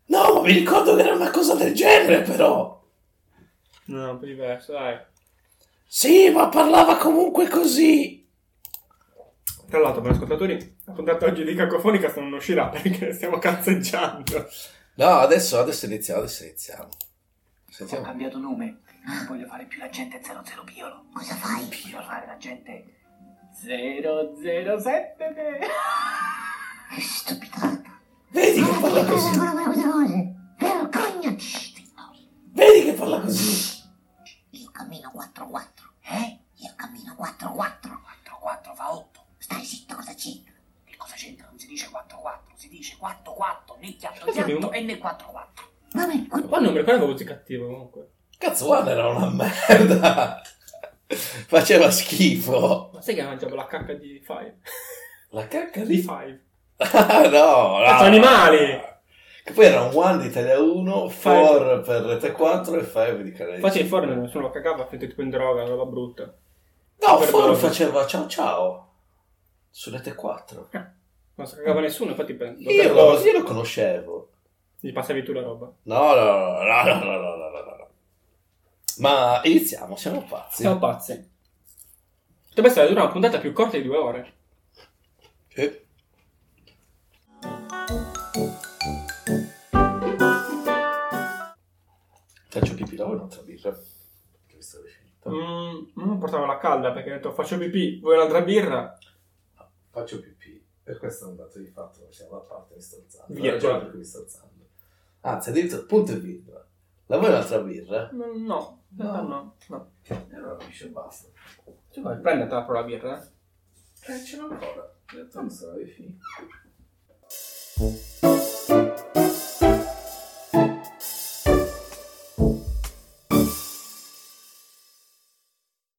Speaker 2: No, ma mi ricordo che era una cosa del genere, però.
Speaker 1: No, un po' diverso, dai.
Speaker 2: Sì, ma parlava comunque così.
Speaker 1: Tra l'altro, per gli ascoltatori, la puntata oggi di Cacofonica non uscirà perché stiamo cazzeggiando.
Speaker 2: No, adesso, adesso iniziamo, adesso iniziamo.
Speaker 4: Ho
Speaker 2: Sentiamo.
Speaker 4: cambiato nome. Non voglio fare più l'agente 00 Piolo. Cosa fai? Voglio fare l'agente 007. Che stupidata.
Speaker 2: Vedi che parla così,
Speaker 4: Vergognati.
Speaker 2: vedi che parla così.
Speaker 4: Io cammino 4-4. Eh? Io cammino 4-4. 4-4 fa 8. Stai zitto, cosa c'entra? Che cosa c'entra? Non si dice 4-4, si dice 4-4, né chiatto
Speaker 1: Scusami,
Speaker 4: chiatto
Speaker 1: un-
Speaker 4: e né 4-4. Vabbè,
Speaker 1: Ma non mi ricordavo così cattivo comunque.
Speaker 2: Cazzo, guarda, era una merda. Faceva schifo.
Speaker 1: Ma sai che mangiavo la cacca di Five? [laughs]
Speaker 2: La cacca
Speaker 1: Di
Speaker 2: di...
Speaker 1: Five.
Speaker 2: Ah, [laughs] no, no.
Speaker 1: Cazzo, animali.
Speaker 2: Che poi era un one di Italia 1, 4 per Rete 4 e 5 di Canale
Speaker 1: Faccio il
Speaker 2: cinque.
Speaker 1: forno, nessuno lo cagava, finito tipo in droga, una roba brutta.
Speaker 2: No,
Speaker 1: per
Speaker 2: Ford
Speaker 1: loro.
Speaker 2: faceva ciao ciao su Rete 4.
Speaker 1: Eh, Non si cagava nessuno, infatti per-
Speaker 2: Io lo, io lo conoscevo.
Speaker 1: gli passavi tu la roba.
Speaker 2: No, no, no, no, no, no, no, no, no, no. Ma iniziamo, siamo pazzi.
Speaker 1: Siamo pazzi. Dovrebbe essere dura una puntata più corta di due ore.
Speaker 2: Eh, Faccio pipì, lavo un'altra birra. Che mi stavo finito.
Speaker 1: Mm, mm, portavo la calda perché ho detto faccio pipì, vuoi un'altra birra?
Speaker 2: Ah, Faccio pipì, e questo è un dato di fatto, siamo da parte, mi sto alzando.
Speaker 1: Via,
Speaker 2: Via, già
Speaker 1: già.
Speaker 2: perché mi sto alzando. Anzi, addirittura, punto e virgola. La vuoi un'altra birra?
Speaker 1: No, no, no, no. no.
Speaker 2: E allora capisce, basta.
Speaker 1: Cioè, vai, prendetela però la birra. eh.
Speaker 2: Eh, ce l'ho ancora. Ho detto, non se l'avevi finita.